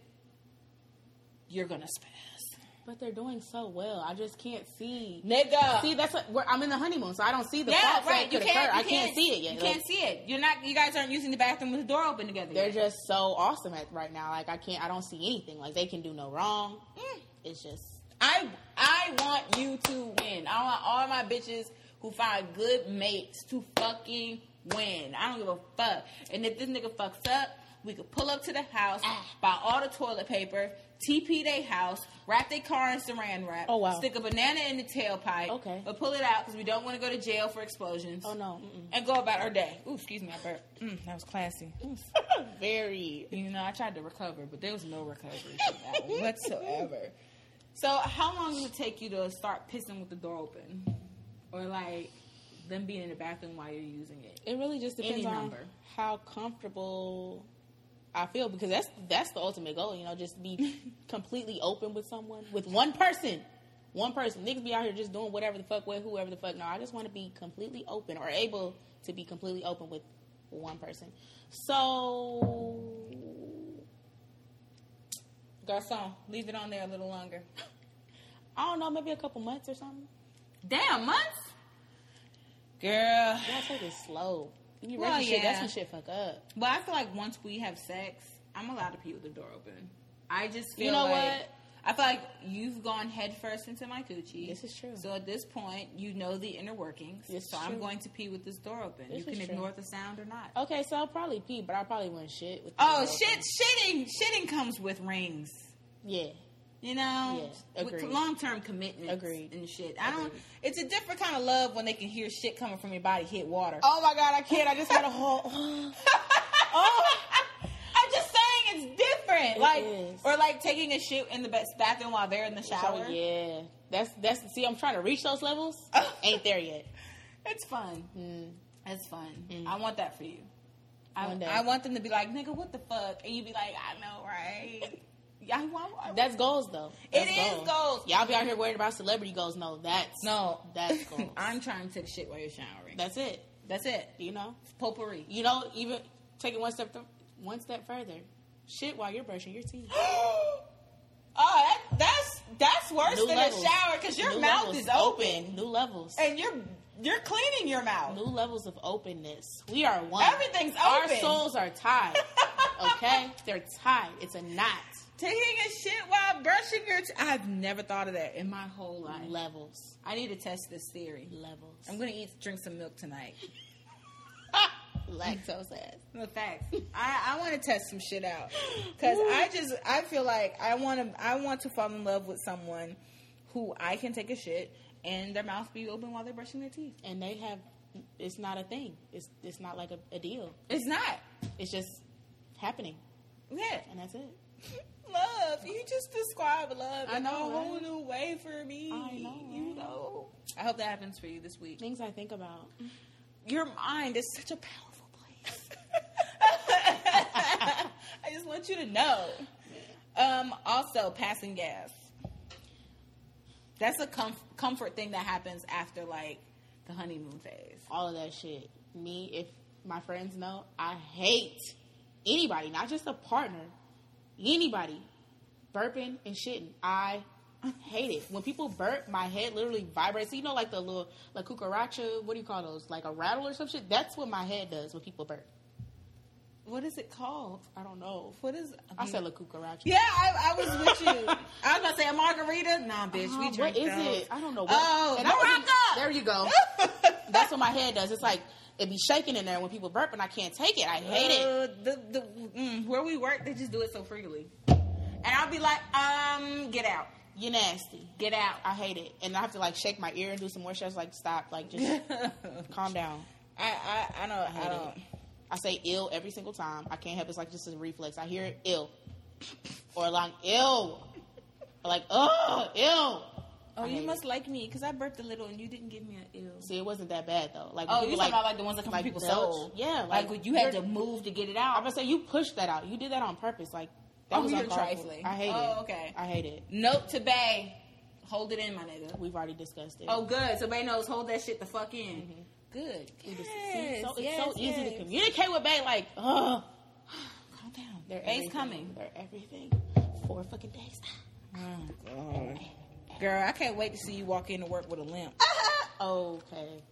Speaker 1: you're gonna spaz,
Speaker 2: But they're doing so well. I just can't see.
Speaker 1: nigga.
Speaker 2: See, that's what we're, I'm in the honeymoon, so I don't see the faults that could occur. I can't see it yet.
Speaker 1: You
Speaker 2: Like,
Speaker 1: can't see it. You're not. You guys aren't using the bathroom with the door open together.
Speaker 2: they're
Speaker 1: yet.
Speaker 2: just so awesome at right now. Like I can't, I don't see anything. Like they can do no wrong.
Speaker 1: Mm.
Speaker 2: It's just
Speaker 1: I I want you to win. I want all my bitches who find good mates to fucking win. I don't give a fuck. And if this nigga fucks up, we could pull up to the house,
Speaker 2: Ah.
Speaker 1: buy all the toilet paper, TP they house, wrap their car in saran wrap,
Speaker 2: Oh, wow.
Speaker 1: stick a banana in the tailpipe,
Speaker 2: Okay.
Speaker 1: but pull it out because we don't want to go to jail for explosions.
Speaker 2: oh no, mm-mm.
Speaker 1: And go about our day. Ooh, excuse me, I burped. Mm, that was classy.
Speaker 2: very.
Speaker 1: You know, I tried to recover, but there was no recovery from that one whatsoever. So, how long does it take you to start pissing with the door open, or like them being in the bathroom while you're using it?
Speaker 2: It really just depends on
Speaker 1: number.
Speaker 2: how comfortable I feel because that's that's the ultimate goal, you know, just be completely open with someone, with one person. One person. Niggas be out here just doing whatever the fuck with whoever the fuck. No, I just want to be completely open or able to be completely open with one person. So
Speaker 1: Garcon, leave it on there a little longer.
Speaker 2: I don't know, maybe a couple months or something.
Speaker 1: Damn, months? Girl.
Speaker 2: You gotta take it slow. You
Speaker 1: Well,
Speaker 2: well, shit,
Speaker 1: yeah.
Speaker 2: that's when shit fuck up.
Speaker 1: Well, I feel like once we have sex, I'm allowed to pee with the door open. I just feel
Speaker 2: You know
Speaker 1: like
Speaker 2: what?
Speaker 1: I feel like you've gone headfirst into my coochie.
Speaker 2: This is true.
Speaker 1: So at this point, you know the inner workings.
Speaker 2: This
Speaker 1: so
Speaker 2: is
Speaker 1: I'm
Speaker 2: true.
Speaker 1: going to pee with this door open.
Speaker 2: This
Speaker 1: you can
Speaker 2: is true. Oh.
Speaker 1: ignore the sound or not.
Speaker 2: Okay, so I'll probably pee, but I probably wouldn't shit. With the
Speaker 1: Oh,
Speaker 2: door
Speaker 1: shit!
Speaker 2: open.
Speaker 1: Shitting, shitting comes with rings.
Speaker 2: Yeah,
Speaker 1: You know,
Speaker 2: Yes,
Speaker 1: with
Speaker 2: agreed.
Speaker 1: long-term commitment.
Speaker 2: Agreed.
Speaker 1: And shit. I don't.
Speaker 2: Agreed.
Speaker 1: It's a different kind of love when they can hear shit coming from your body hit water.
Speaker 2: Oh my god, I can't. I just got a whole.
Speaker 1: oh. I'm just saying it's different.
Speaker 2: It
Speaker 1: like
Speaker 2: is.
Speaker 1: or like taking a shit in the ba- bathroom while they're in the shower.
Speaker 2: Shower. Yeah, that's that's. See, I'm trying to reach those levels. Ain't there yet.
Speaker 1: It's fun.
Speaker 2: Mm.
Speaker 1: It's fun.
Speaker 2: Mm.
Speaker 1: I want that for you. I,
Speaker 2: One day.
Speaker 1: I want them to be like, nigga, what the fuck? And you be like, I know, right? Yeah, I want. I want-
Speaker 2: That's goals though.
Speaker 1: It
Speaker 2: That's
Speaker 1: is goals.
Speaker 2: Y'all be out here worried about celebrity goals. No, that's
Speaker 1: no,
Speaker 2: That's goals.
Speaker 1: I'm trying to take shit while you're showering.
Speaker 2: that's it.
Speaker 1: That's it.
Speaker 2: You know.
Speaker 1: Potpourri.
Speaker 2: You know. Even taking one step th- one step further. Shit while you're brushing your teeth.
Speaker 1: oh, that, that's that's worse
Speaker 2: New
Speaker 1: than
Speaker 2: levels.
Speaker 1: a shower because your
Speaker 2: New
Speaker 1: mouth
Speaker 2: levels.
Speaker 1: is open,
Speaker 2: New levels.
Speaker 1: and you're you're cleaning your mouth.
Speaker 2: New levels of openness. We are one.
Speaker 1: Everything's
Speaker 2: Our
Speaker 1: open.
Speaker 2: souls are tied. Okay? They're tied. It's a knot.
Speaker 1: Taking a shit while brushing your teeth. I've never thought of that in my whole life.
Speaker 2: Levels.
Speaker 1: I need to test this theory.
Speaker 2: Levels.
Speaker 1: I'm gonna eat, drink some milk tonight.
Speaker 2: Lactose ass.
Speaker 1: No thanks. I, I want to test some shit out because I just I feel like I want to I want to fall in love with someone who I can take a shit and their mouth be open while they're brushing their teeth.
Speaker 2: And they have it's not a thing. It's it's not like a, a deal.
Speaker 1: It's not.
Speaker 2: It's just happening.
Speaker 1: Yeah.
Speaker 2: And that's it.
Speaker 1: Love. You just describe love
Speaker 2: I
Speaker 1: in
Speaker 2: know,
Speaker 1: a whole
Speaker 2: right?
Speaker 1: new way for me.
Speaker 2: I know,
Speaker 1: You
Speaker 2: right?
Speaker 1: know. I hope that happens for you this week.
Speaker 2: Things I think about.
Speaker 1: your mind is such a powerful place. I just want you to know. Um, also, passing gas. That's a com- comfort thing that happens after like the honeymoon phase.
Speaker 2: all of that shit. Me, if my friends know, I hate anybody, not just a partner, anybody burping and shitting. I hate it. When people burp, my head literally vibrates. you know, like the little, like cucaracha, what do you call those? Like a rattle or some shit? That's what my head does when people burp.
Speaker 1: What is it called?
Speaker 2: I don't know.
Speaker 1: What is?
Speaker 2: I said la cucaracha.
Speaker 1: Mm-hmm. Yeah, I, I was with you. I was about to say a margarita. Nah, bitch,
Speaker 2: Uh,
Speaker 1: we drink
Speaker 2: what is
Speaker 1: those.
Speaker 2: it? I don't know. What,
Speaker 1: Oh,
Speaker 2: and I wasn't- There
Speaker 1: Morocco.
Speaker 2: you go. That's what my head does. It's like it be shaking in there when people burp, and I can't take it. I hate it.
Speaker 1: Uh, the the mm, where we work, they just do it so freely, and I'll be like, um, get out,
Speaker 2: You nasty.
Speaker 1: get out.
Speaker 2: I hate it. And I have to like shake my ear and do some more shit. I was like, stop, like just calm down.
Speaker 1: I, I, I don't. I,
Speaker 2: hate
Speaker 1: don't.
Speaker 2: it. I say ill every single time. I can't help it. It's like just a reflex. I hear it ill. Or like ill. Or like, oh, ill.
Speaker 1: Oh,
Speaker 2: I
Speaker 1: you
Speaker 2: hate
Speaker 1: must like me because I burped a little and you didn't give me an ill.
Speaker 2: See, it wasn't that bad though. Like
Speaker 1: Oh,
Speaker 2: when
Speaker 1: you
Speaker 2: people,
Speaker 1: talking about like the ones that come
Speaker 2: like
Speaker 1: from people's
Speaker 2: belch.
Speaker 1: soul?
Speaker 2: Yeah,
Speaker 1: like,
Speaker 2: like,
Speaker 1: when you had to
Speaker 2: you're-
Speaker 1: move to get it out.
Speaker 2: I'm gonna say you pushed that out. You did that on purpose. Like that
Speaker 1: Oh,
Speaker 2: was
Speaker 1: you're
Speaker 2: uncalled for.
Speaker 1: trifling.
Speaker 2: I hate it.
Speaker 1: Oh, okay.
Speaker 2: I hate it.
Speaker 1: Note to Bay, hold it in, my nigga.
Speaker 2: We've already discussed it.
Speaker 1: Oh, good. So Bay knows hold that shit the fuck in. Good.
Speaker 2: We just- Mm-hmm. see,
Speaker 1: Yes,
Speaker 2: so, it's
Speaker 1: yes,
Speaker 2: so easy
Speaker 1: yes.
Speaker 2: to communicate with Bay. Like, ugh.
Speaker 1: Calm down.
Speaker 2: They're
Speaker 1: Bay's
Speaker 2: everything.
Speaker 1: coming.
Speaker 2: They're everything. Four fucking days.
Speaker 1: Mm. Girl, I can't wait to see you walk into work with a limp.
Speaker 2: Uh-huh. Okay.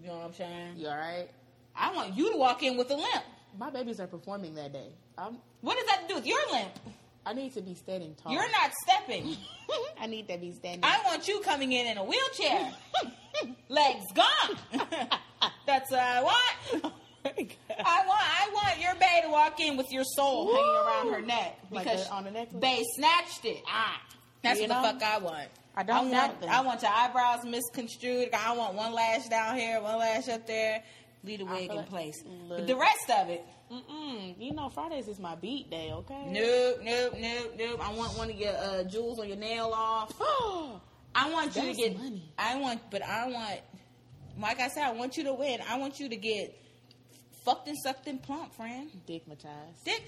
Speaker 1: You know what I'm saying?
Speaker 2: You all right?
Speaker 1: I want you to walk in with a limp.
Speaker 2: My babies are performing that day. I'm.
Speaker 1: What does that have to do with your limp?
Speaker 2: I need to be standing tall.
Speaker 1: You're not stepping.
Speaker 2: I need to be standing.
Speaker 1: I want you coming in in a wheelchair. legs gone. That's what I want. I want I want your bae to walk in with your soul
Speaker 2: Oh,
Speaker 1: hanging
Speaker 2: Woo.
Speaker 1: around her neck
Speaker 2: Like
Speaker 1: because
Speaker 2: the- on the necklace?
Speaker 1: Bae snatched it. Ah, that's
Speaker 2: You
Speaker 1: what
Speaker 2: know?
Speaker 1: the fuck I want.
Speaker 2: I don't
Speaker 1: I want
Speaker 2: doubt that.
Speaker 1: I want your eyebrows misconstrued. I want one lash down here, one lash up there. Leave the wig
Speaker 2: feel
Speaker 1: in
Speaker 2: it.
Speaker 1: place. But
Speaker 2: Look.
Speaker 1: the rest of it,
Speaker 2: Mm-mm. You know, Fridays is my beat day. Okay.
Speaker 1: nope, nope, nope, nope. I want one of your uh, jewels on your nail off. I want you to
Speaker 2: That's
Speaker 1: get
Speaker 2: money.
Speaker 1: I want, but I want. Like I said, I want you to win. I want you to get fucked and sucked and plump, friend.
Speaker 2: Stigmatized.
Speaker 1: Dick,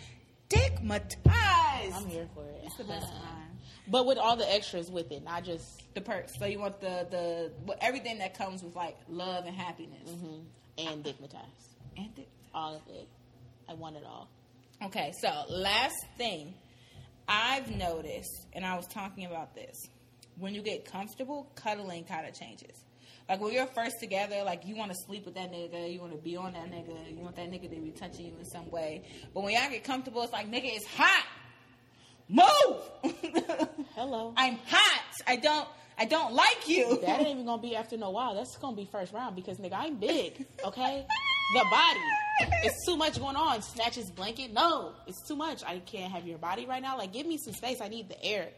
Speaker 1: dickmatized.
Speaker 2: I'm here for it.
Speaker 1: It's the best time.
Speaker 2: But with all the extras with it, not just
Speaker 1: The perks. So you want the the what- everything that comes with like love and happiness.
Speaker 2: mhm, and stigmatized.
Speaker 1: And dick.
Speaker 2: All of it. I want it all.
Speaker 1: Okay, so last thing I've noticed, and I was talking about this, when you get comfortable, cuddling kind of changes. Like when you're first together, like you want to sleep with that nigga, you want to be on that nigga, you want that nigga to be touching you in some way. But when y'all get comfortable, it's like nigga, it's hot. Move.
Speaker 2: Hello.
Speaker 1: I'm hot. I don't. I don't like you.
Speaker 2: that ain't even gonna be after no while. That's gonna be first round because nigga, I'm big. Okay, the body. It's too much going on. Snatch his blanket. No, it's too much. I can't have your body right now. Like, give me some space. I need the air.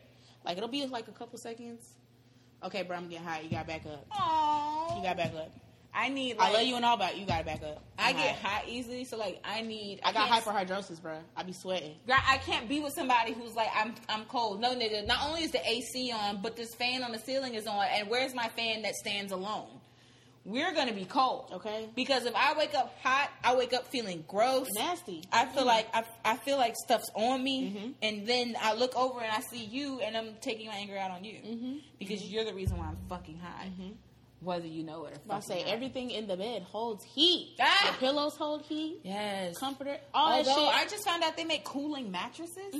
Speaker 2: Like, it'll be like a couple seconds. Okay, bro, I'm getting hot. You got back up.
Speaker 1: Aww.
Speaker 2: You got back up.
Speaker 1: I need.
Speaker 2: I
Speaker 1: Like,
Speaker 2: love you and all, but you got to back up.
Speaker 1: I
Speaker 2: I'm
Speaker 1: get
Speaker 2: hot.
Speaker 1: hot easily, so like I need.
Speaker 2: I got
Speaker 1: can't-
Speaker 2: hyperhidrosis, bro. I be sweating.
Speaker 1: Girl, I can't be with somebody who's like, I'm I'm cold. No, nigga. Not only is the AC on, but this fan on the ceiling is on. And where's my fan that stands alone? We're gonna be cold,
Speaker 2: Okay.
Speaker 1: Because if I wake up hot, I wake up feeling gross.
Speaker 2: Nasty.
Speaker 1: I feel like I, I feel like stuff's on me,
Speaker 2: Mhm.
Speaker 1: and then I look over and I see you, and I'm taking my anger out on you
Speaker 2: Mm-hmm.
Speaker 1: because you're the reason why I'm fucking high, whether you know it or
Speaker 2: I
Speaker 1: fucking
Speaker 2: Mm-hmm. say
Speaker 1: not.
Speaker 2: everything in the bed holds heat.
Speaker 1: Ah!
Speaker 2: Your pillows hold heat.
Speaker 1: Yes.
Speaker 2: Comforter. All
Speaker 1: Although
Speaker 2: that
Speaker 1: I
Speaker 2: shit. Mm-hmm.
Speaker 1: just found out they make cooling mattresses.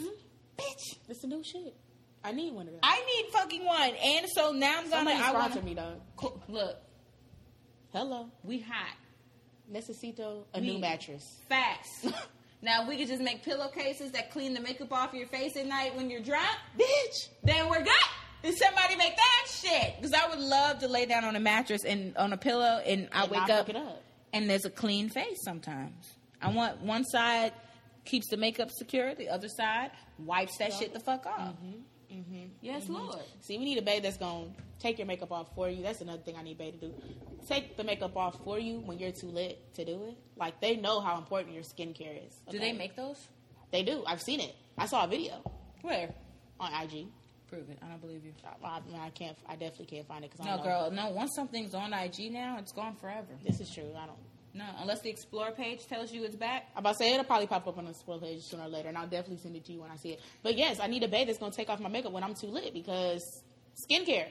Speaker 1: Bitch,
Speaker 2: It's the new shit. I need one of them.
Speaker 1: I need fucking one. And so now I'm gonna.
Speaker 2: Somebody
Speaker 1: I
Speaker 2: sponsor
Speaker 1: want
Speaker 2: me, dog.
Speaker 1: Cool. Look,
Speaker 2: Hello.
Speaker 1: we hot,
Speaker 2: Necesito a
Speaker 1: We-
Speaker 2: new mattress.
Speaker 1: fast. now if we could just make pillowcases that clean the makeup off your face at night when you're drunk.
Speaker 2: Bitch.
Speaker 1: then we're good. Did somebody make that shit? Because I would love to lay down on a mattress and on a pillow, and I
Speaker 2: And
Speaker 1: wake
Speaker 2: not
Speaker 1: up,
Speaker 2: fuck it up.
Speaker 1: and there's a clean face. Sometimes I want one side keeps the makeup secure, the other side wipes that shit the fuck off.
Speaker 2: Mm-hmm.
Speaker 1: Yes, Lord.
Speaker 2: See, we need a babe that's gonna take your makeup off for you. That's another thing I need babe to do. Take the makeup off for you when you're too lit to do it. Like they know how important your skincare is.
Speaker 1: Do
Speaker 2: okay?
Speaker 1: they make those?
Speaker 2: They do. I've seen it. I saw a video
Speaker 1: Where?
Speaker 2: on IG.
Speaker 1: Prove it. I don't believe you.
Speaker 2: I, I can't. I definitely can't find it because
Speaker 1: No, girl. No. Once something's on IG now, it's gone forever.
Speaker 2: This is true. I don't.
Speaker 1: No, unless the explore page tells you it's back.
Speaker 2: I'm about to say it'll probably pop up on the spoil page sooner or later, and I'll definitely send it to you when I see it. But yes, I need a babe that's gonna take off my makeup when I'm too lit because skincare.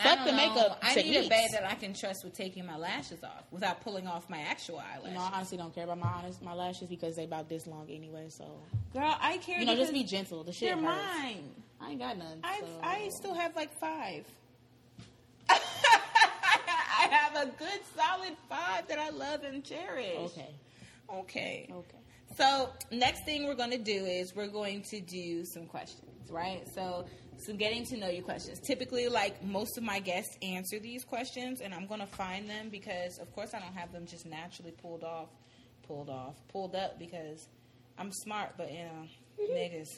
Speaker 1: I
Speaker 2: Fuck
Speaker 1: don't
Speaker 2: the
Speaker 1: know.
Speaker 2: makeup.
Speaker 1: I need a
Speaker 2: techniques.
Speaker 1: babe that I can trust with taking my lashes off without pulling off my actual eyelashes.
Speaker 2: You know, I honestly don't care about my honest my lashes because they about this long anyway. So
Speaker 1: Girl, I care.
Speaker 2: you know,
Speaker 1: because
Speaker 2: just be gentle. The shit
Speaker 1: They're
Speaker 2: hurts.
Speaker 1: mine.
Speaker 2: I ain't got none.
Speaker 1: I
Speaker 2: so-
Speaker 1: I still have like five. I have a good solid five that I love and cherish.
Speaker 2: okay.
Speaker 1: Okay.
Speaker 2: Okay.
Speaker 1: So next thing we're going to do is we're going to do some questions, right? So some getting to know you questions. Typically, like most of my guests answer these questions, and I'm going to find them because, of course, I don't have them just naturally pulled off, pulled off, pulled up because I'm smart, but you know, niggas.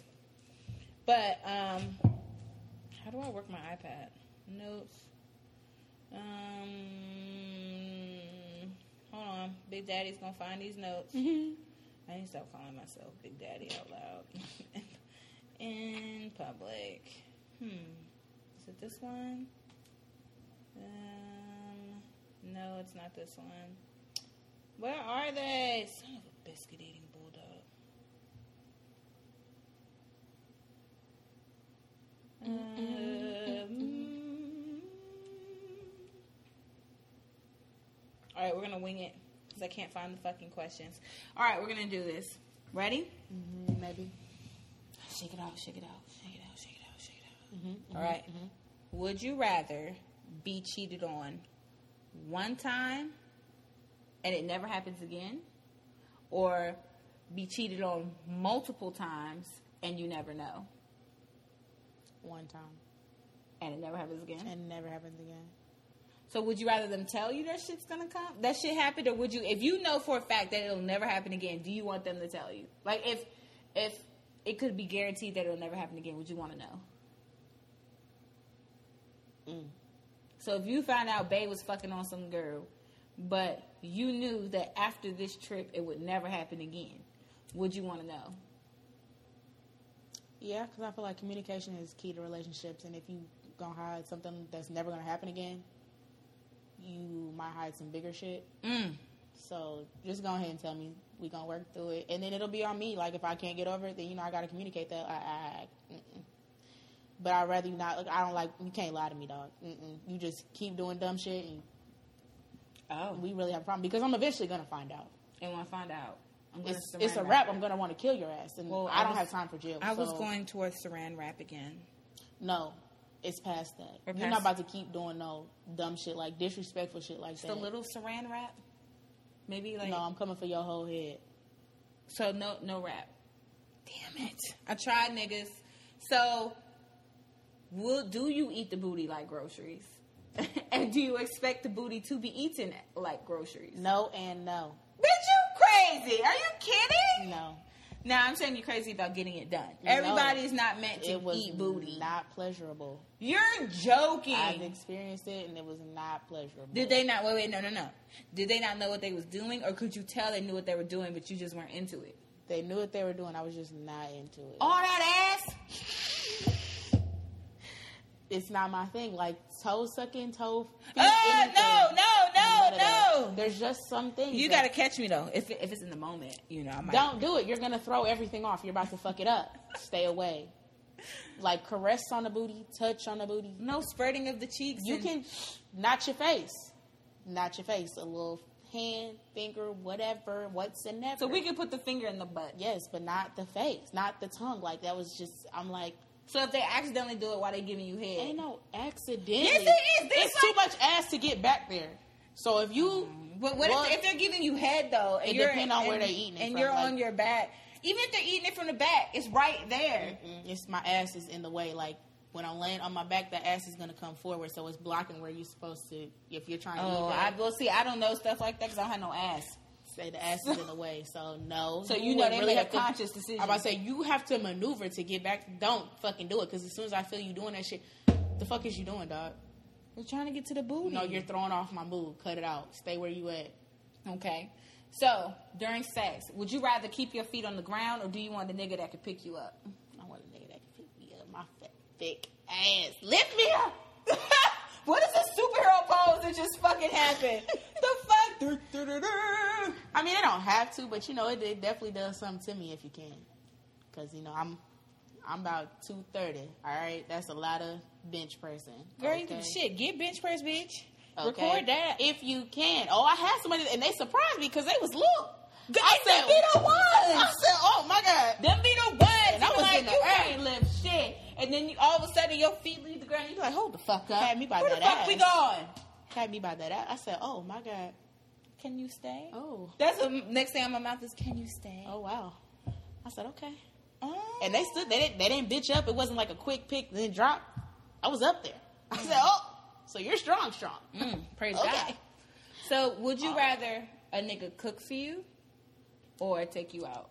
Speaker 1: But um, how do I work my iPad? Notes. Um, hold on, Big Daddy's gonna find these notes. I need to stop calling myself Big Daddy out loud in public. Hmm. Is it this one? Um, no, it's not this one. Where are they? Son of a biscuit eating bulldog. Um, all right, we're gonna wing it because I can't find the fucking questions. All right, we're gonna do this. Ready?
Speaker 2: Mm, maybe.
Speaker 1: Shake it off, shake it off, shake it off, shake it off, shake it
Speaker 2: Mhm,
Speaker 1: off. All right. Would you rather be cheated on one time and it never happens again, or be cheated on multiple times and you never know
Speaker 2: One time
Speaker 1: and it never happens again?
Speaker 2: and never happens again.
Speaker 1: So would you rather them tell you that shit's gonna come, that shit happened, or would you, if you know for a fact that it'll never happen again, do you want them to tell you? Like if, if it could be guaranteed that it'll never happen again, would you want to know?
Speaker 2: Mm.
Speaker 1: So if you found out Bay was fucking on some girl, but you knew that after this trip it would never happen again, would you want to know?
Speaker 2: Yeah, because I feel like communication is key to relationships, and if you gonna hide something that's never gonna happen again, you might hide some bigger shit.
Speaker 1: Mm.
Speaker 2: So just go ahead and tell me. We gonna work through it, and then it'll be on me. Like if I can't get over it, then you know I gotta communicate that. I, I mm-mm. but I'd rather you not. Look, I don't like you. Can't lie to me, dog. Mm-mm. You just keep doing dumb shit, and
Speaker 1: Oh,
Speaker 2: we really have a problem because I'm eventually gonna find out.
Speaker 1: and want to find out. I'm gonna
Speaker 2: It's,
Speaker 1: saran
Speaker 2: it's a wrap.
Speaker 1: it.
Speaker 2: I'm gonna want to kill your ass, and
Speaker 1: Well,
Speaker 2: I,
Speaker 1: I
Speaker 2: don't
Speaker 1: was-
Speaker 2: have time for jail.
Speaker 1: I was
Speaker 2: so-
Speaker 1: going towards saran wrap again.
Speaker 2: No, it's past that.
Speaker 1: We're
Speaker 2: You're
Speaker 1: past-
Speaker 2: not about to keep doing no dumb shit like disrespectful shit like
Speaker 1: Just a
Speaker 2: that.
Speaker 1: little saran wrap, maybe like
Speaker 2: no, I'm coming for your whole head.
Speaker 1: so. No, no wrap. Damn it! I tried, niggas. So, will do you eat the booty like groceries? and do you expect the booty to be eaten like groceries?
Speaker 2: No and no,
Speaker 1: Bitch, you crazy? Are you kidding?
Speaker 2: no.
Speaker 1: Now I'm saying you're crazy about getting it done. Everybody's not meant to
Speaker 2: It was
Speaker 1: eat booty.
Speaker 2: not pleasurable.
Speaker 1: You're joking.
Speaker 2: I've experienced it, and it was not pleasurable.
Speaker 1: Did they not? Wait, wait, no, no, no. Did they not know what they was doing, or could you tell they knew what they were doing, but you just weren't into it?
Speaker 2: They knew what they were doing. I was just not into it.
Speaker 1: All that ass.
Speaker 2: It's not my thing. Like toe sucking, toe. feet,
Speaker 1: Oh
Speaker 2: anything.
Speaker 1: no,
Speaker 2: None of that.
Speaker 1: no, no, no.
Speaker 2: There's just some things.
Speaker 1: You
Speaker 2: that-
Speaker 1: gotta catch me though. If if it's in the moment, you know, I might.
Speaker 2: Don't do it. You're gonna throw everything off. You're about to fuck it up. Stay away. Like caress on the booty, touch on the booty.
Speaker 1: No spreading of the cheeks.
Speaker 2: You
Speaker 1: and-
Speaker 2: can not your face, not your face. A little hand, finger, whatever, what's in that.
Speaker 1: So we can put the finger in the butt.
Speaker 2: yes, but not the face, not the tongue. Like that was just. I'm like,
Speaker 1: So if they accidentally do it while they giving you head,
Speaker 2: ain't no accidentally.
Speaker 1: Yes, it is. This
Speaker 2: it's too much ass to get back there. So if you,
Speaker 1: But what
Speaker 2: Well,
Speaker 1: if, if they're giving you head though, and
Speaker 2: it
Speaker 1: you're
Speaker 2: depend on
Speaker 1: and-
Speaker 2: where they're eating it
Speaker 1: and
Speaker 2: from,
Speaker 1: you're
Speaker 2: like-
Speaker 1: on your back, even if they're eating it from the back, it's right there.
Speaker 2: Mm, it's my ass is in the way. Like when I'm laying on my back, the ass is gonna come forward, so it's blocking where you're supposed to. If you're trying to
Speaker 1: Oh,
Speaker 2: eat
Speaker 1: I
Speaker 2: that,
Speaker 1: will see. I don't know stuff like that because I don't have no ass.
Speaker 2: say the ass is in the way. So no.
Speaker 1: So you know
Speaker 2: would
Speaker 1: they made a
Speaker 2: have to-
Speaker 1: conscious decision.
Speaker 2: I'm about to say you have to maneuver to get back. Don't fucking do it because as soon as I feel you doing that shit, the fuck is you doing, dog?
Speaker 1: We're trying to get to the booty.
Speaker 2: No, you're throwing off my mood. Cut it out. Stay where you at.
Speaker 1: okay. So during sex, would you rather keep your feet on the ground or do you want a nigga that could pick you up?
Speaker 2: I want a nigga that can pick me up. My fat, thick ass. Lift me up.
Speaker 1: what is this superhero pose that just fucking happened? the fuck? Dur, dur, dur, dur.
Speaker 2: I mean, they don't have to, but you know, it, it definitely does something to me if you can, because you know, I'm I'm about two thirty. All right, that's a lot of bench pressing.
Speaker 1: Girl, you
Speaker 2: okay?
Speaker 1: can shit. Get bench press, bitch.
Speaker 2: Okay?
Speaker 1: Record that.
Speaker 2: if you can. Oh, I had somebody, and they surprised me because they was look.
Speaker 1: I said, be the
Speaker 2: I
Speaker 1: one.
Speaker 2: said, oh my god.
Speaker 1: Them be the ones.
Speaker 2: And I
Speaker 1: You
Speaker 2: was
Speaker 1: like,
Speaker 2: in the
Speaker 1: you
Speaker 2: earth.
Speaker 1: can't lift shit. And then you all of a sudden your feet leave the ground. You be like, hold the fuck up.
Speaker 2: Had me by
Speaker 1: Where
Speaker 2: that
Speaker 1: the fuck
Speaker 2: ass.
Speaker 1: we going?
Speaker 2: Had me by that. I- I said, oh my god.
Speaker 1: Can you stay?
Speaker 2: Oh,
Speaker 1: That's the next thing on my mouth is, can you stay?
Speaker 2: oh wow. I said, okay.
Speaker 1: Oh.
Speaker 2: And they stood. They didn't. They didn't bitch up. It wasn't like a quick pick then drop. I was up there. I said, "Oh, so you're strong, strong."
Speaker 1: Mm, praise
Speaker 2: Okay.
Speaker 1: God. So, would you
Speaker 2: All right.
Speaker 1: rather a nigga cook for you or take you out?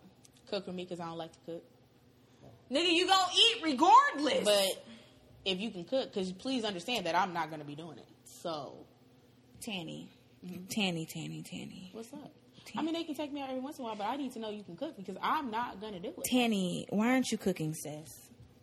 Speaker 2: Cook for me because I don't like to cook.
Speaker 1: Nigga, you gonna eat regardless.
Speaker 2: But if you can cook, because please understand that I'm not going to be doing it. So
Speaker 1: Tanny, Tanny, Tanny, Tanny,
Speaker 2: what's up? I mean, they can take me out every once in a while, but I need to know you can cook because I'm not going to do it.
Speaker 1: Tanny, why aren't you cooking, sis?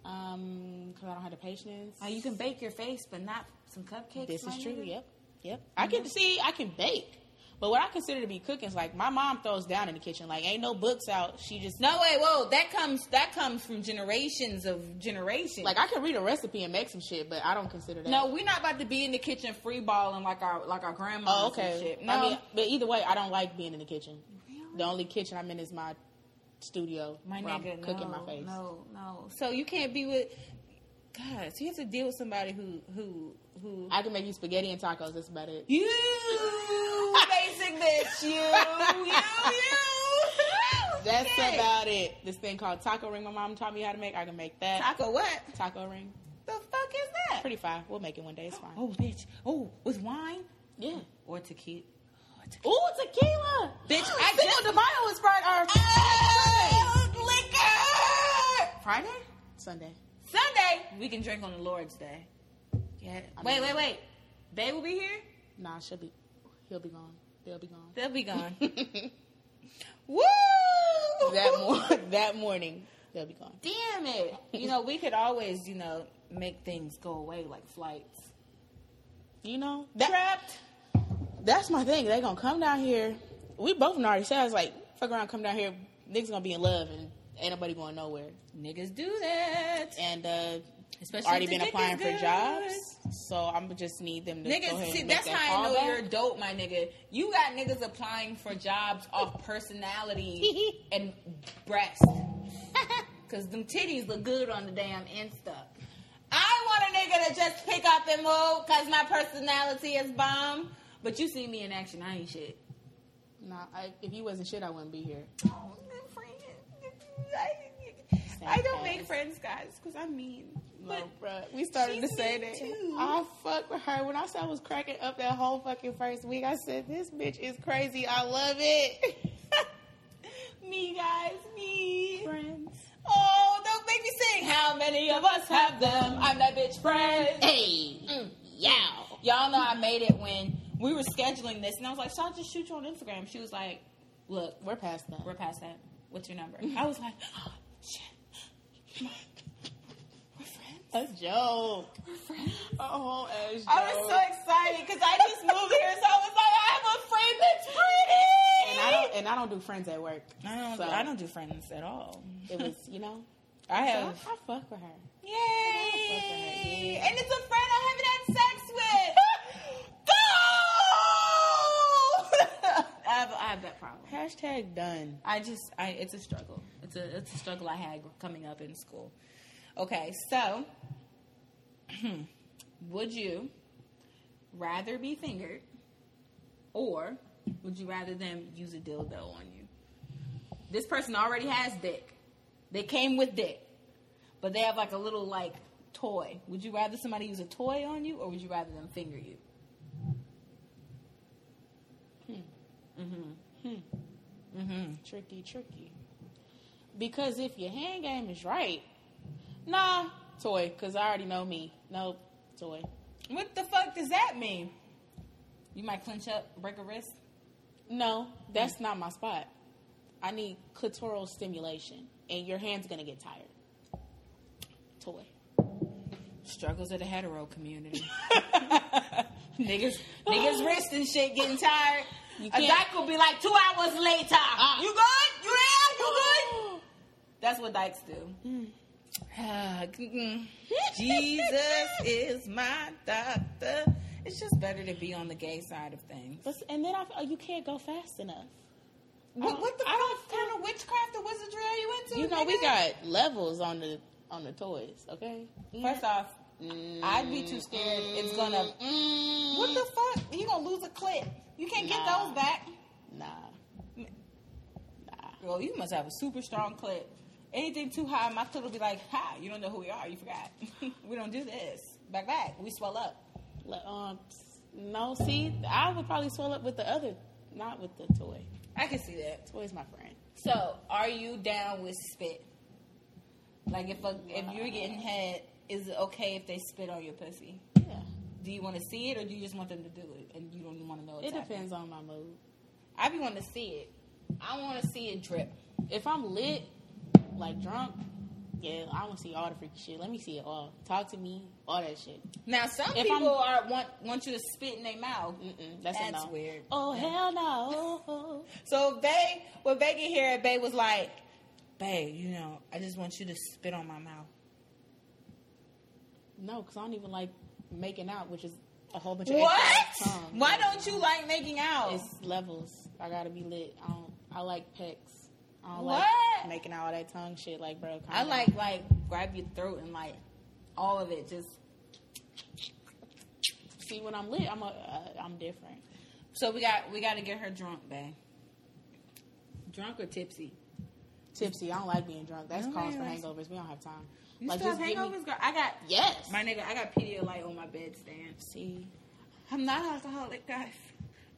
Speaker 2: Um, because I don't have the patience.
Speaker 1: Oh, you can bake your face, but not some cupcakes.
Speaker 2: This
Speaker 1: my
Speaker 2: is true.
Speaker 1: nigga?
Speaker 2: Yep. Yep. Mm-hmm. I can see. I can bake. But what I consider to be cooking is like my mom throws down in the kitchen. Like ain't no books out. She just
Speaker 1: No, wait, whoa. That comes that comes from generations of generations.
Speaker 2: Like I can read a recipe and make some shit, but I don't consider that.
Speaker 1: no, we're not about to be in the kitchen free balling like our like our grandmas. And
Speaker 2: Oh, okay.
Speaker 1: shit. No,
Speaker 2: I mean, but either way, I don't like being in the kitchen.
Speaker 1: Really?
Speaker 2: The only kitchen I'm in is my studio.
Speaker 1: My
Speaker 2: where
Speaker 1: nigga,
Speaker 2: I'm cooking
Speaker 1: no,
Speaker 2: my face.
Speaker 1: No, no. So you can't be with God. So you have to deal with somebody who who who.
Speaker 2: I can make you spaghetti and tacos. That's about it.
Speaker 1: you basic bitch. You you you.
Speaker 2: That's
Speaker 1: Shit.
Speaker 2: about it. This thing called taco ring. My mom taught me how to make. I can make that
Speaker 1: taco. What
Speaker 2: taco ring.
Speaker 1: the fuck is that?
Speaker 2: Pretty fine. We'll make it one day. It's fine.
Speaker 1: Oh bitch. Oh, with wine
Speaker 2: Yeah.
Speaker 1: or tequila.
Speaker 2: Ooh, tequila.
Speaker 1: Bitch, I
Speaker 2: Cinco
Speaker 1: just-
Speaker 2: de Mayo is uh, Friday. Or
Speaker 1: Oh, liquor. Friday,
Speaker 2: Sunday.
Speaker 1: Sunday. We can drink on the Lord's Day. Yeah.
Speaker 2: I
Speaker 1: Wait,
Speaker 2: mean-
Speaker 1: wait, wait. They will be here.
Speaker 2: Nah, she'll be. He'll be gone. They'll be gone.
Speaker 1: They'll be gone.
Speaker 2: that
Speaker 1: Woo!
Speaker 2: mor- that morning, they'll be gone.
Speaker 1: Damn it. You know, we could always, you know, make things go away like flights.
Speaker 2: You know, that,
Speaker 1: Trapped.
Speaker 2: that's my thing. They gonna come down here we both know already said, I was like, fuck around, come down here, niggas gonna be in love and ain't nobody going nowhere.
Speaker 1: Niggas do that.
Speaker 2: And uh
Speaker 1: Especially
Speaker 2: already
Speaker 1: if the
Speaker 2: been
Speaker 1: dick
Speaker 2: applying
Speaker 1: is
Speaker 2: for
Speaker 1: good.
Speaker 2: jobs. So I'm just need them to go ahead
Speaker 1: Niggas,
Speaker 2: and
Speaker 1: see,
Speaker 2: make
Speaker 1: that's
Speaker 2: that
Speaker 1: how I know
Speaker 2: callback.
Speaker 1: you're dope, my nigga. You got niggas applying for jobs off personality and breast. Because them titties look good on the damn Insta. I want a nigga to just pick up and move because my personality is bomb. But you see me in action, I ain't shit.
Speaker 2: Nah, I, if you wasn't shit, I wouldn't be here.
Speaker 1: I don't make friends, guys, because I'm mean.
Speaker 2: No,
Speaker 1: But
Speaker 2: bruh. We started to
Speaker 1: she's
Speaker 2: say
Speaker 1: me
Speaker 2: that.
Speaker 1: too.
Speaker 2: I fuck with her. When I said I was cracking up that whole fucking first week, I said, this bitch is crazy. I love it.
Speaker 1: me, guys, me.
Speaker 2: Friends.
Speaker 1: Oh, don't make me sing. How many of us have them? I'm that bitch friend.
Speaker 2: Hey. Yeah.
Speaker 1: Y'all know I made it when we were scheduling this, and I was like, "So I'll just shoot you on Instagram." She was like, "Look,
Speaker 2: We're past that.
Speaker 1: we're past that. What's your number?" I was like, oh, "Shit, we're friends.
Speaker 2: a joke.
Speaker 1: We're friends."
Speaker 2: A whole ass joke.
Speaker 1: I was so excited because I just moved here, so I was like, "I have a friend that's pretty."
Speaker 2: and I don't and I don't do friends at work. So
Speaker 1: do friends at all.
Speaker 2: It was you know.
Speaker 1: I
Speaker 2: so I, I fuck with her.
Speaker 1: Yay! And it's a friend I haven't had sex with. Go! I, have, I have that problem.
Speaker 2: Hashtag done.
Speaker 1: I just, I, it's a struggle. It's a, it's a struggle I had coming up in school. Okay, so would you rather be fingered, or would you rather them use a dildo on you? This person already has dick. They came with dick, but they have like a little like toy. Would you rather somebody use a toy on you, or would you rather them finger you?
Speaker 2: Tricky, tricky. Because if your hand game is right, nah, toy. Cause I already know me. Nope, toy.
Speaker 1: What the fuck does that mean? You might clinch up, break a wrist.
Speaker 2: No, that's not my spot. I need clitoral stimulation, and your hand's gonna get tired. Toy.
Speaker 1: Struggles of the hetero community. niggas, niggas wrist and shit getting tired.
Speaker 2: You
Speaker 1: a
Speaker 2: can't-
Speaker 1: dyke will be like two hours later.
Speaker 2: Ah.
Speaker 1: You good? You there? You good? That's what dykes do. Mm-hmm. Jesus is my doctor. It's just better to be on the gay side of things.
Speaker 2: But, and then I, feel- you can't go fast enough.
Speaker 1: What,
Speaker 2: don't-
Speaker 1: what the
Speaker 2: I
Speaker 1: fuck kind of witchcraft or wizardry are you into?
Speaker 2: You know we
Speaker 1: nigga?
Speaker 2: got levels on the on the toys. Okay.
Speaker 1: First off, I'd be too scared. It's gonna.
Speaker 2: Mm,
Speaker 1: What the fuck? You gonna lose a clip. You can't get
Speaker 2: Nah.
Speaker 1: those back.
Speaker 2: Nah. Nah.
Speaker 1: Well, you must have a super strong clip. Anything too high, my clip will be like, "Ha! You don't know who we are. You forgot. we don't do this. Back back. We swell up.
Speaker 2: Le- Um, s- no, see, I would probably swell up with the other, not with the toy.
Speaker 1: I can see that.
Speaker 2: Toy's my friend.
Speaker 1: So, are you down with spit? Like, if a, if you're getting head, is it okay if they spit on your pussy?
Speaker 2: Yeah.
Speaker 1: Do you want to see it, or do you just want them to do it, and you don't want to know? It's
Speaker 2: It depends on my mood.
Speaker 1: I be wanting to see it. I want to see it drip.
Speaker 2: If I'm lit, like drunk, yeah, I want to see all the freaky shit. Let me see it all. Talk to me, all that shit.
Speaker 1: Now, some
Speaker 2: If
Speaker 1: people
Speaker 2: I'm-
Speaker 1: are want want you to spit in their mouth.
Speaker 2: Mm-mm, that's a
Speaker 1: That's
Speaker 2: no.
Speaker 1: weird.
Speaker 2: Oh
Speaker 1: Yeah.
Speaker 2: hell no!
Speaker 1: So Bay, when Bay get here, Bay was like, "Bay, you know, I just want you to spit on my mouth."
Speaker 2: no, because I don't even like making out, which is a whole bunch of
Speaker 1: What?
Speaker 2: extra tongue.
Speaker 1: Why don't you like making out?
Speaker 2: It's levels. I gotta be lit. I don't. I like pecs. I don't
Speaker 1: What?
Speaker 2: like making out all that tongue shit. Like, bro, calm
Speaker 1: I
Speaker 2: down.
Speaker 1: like like grab your throat and like all of it. Just
Speaker 2: See, when I'm lit, I'm a, uh, I'm different.
Speaker 1: so we got we got to get her drunk, Bay. Drunk or tipsy?
Speaker 2: Tipsy. I don't like being drunk. That's
Speaker 1: Nobody
Speaker 2: cause for
Speaker 1: likes-
Speaker 2: hangovers. We don't have time.
Speaker 1: You
Speaker 2: like,
Speaker 1: still have
Speaker 2: give me-
Speaker 1: hangovers, girl? I got
Speaker 2: Yes.
Speaker 1: my nigga. I got Pedialyte on my bedstand.
Speaker 2: See,
Speaker 1: I'm not alcoholic, guys.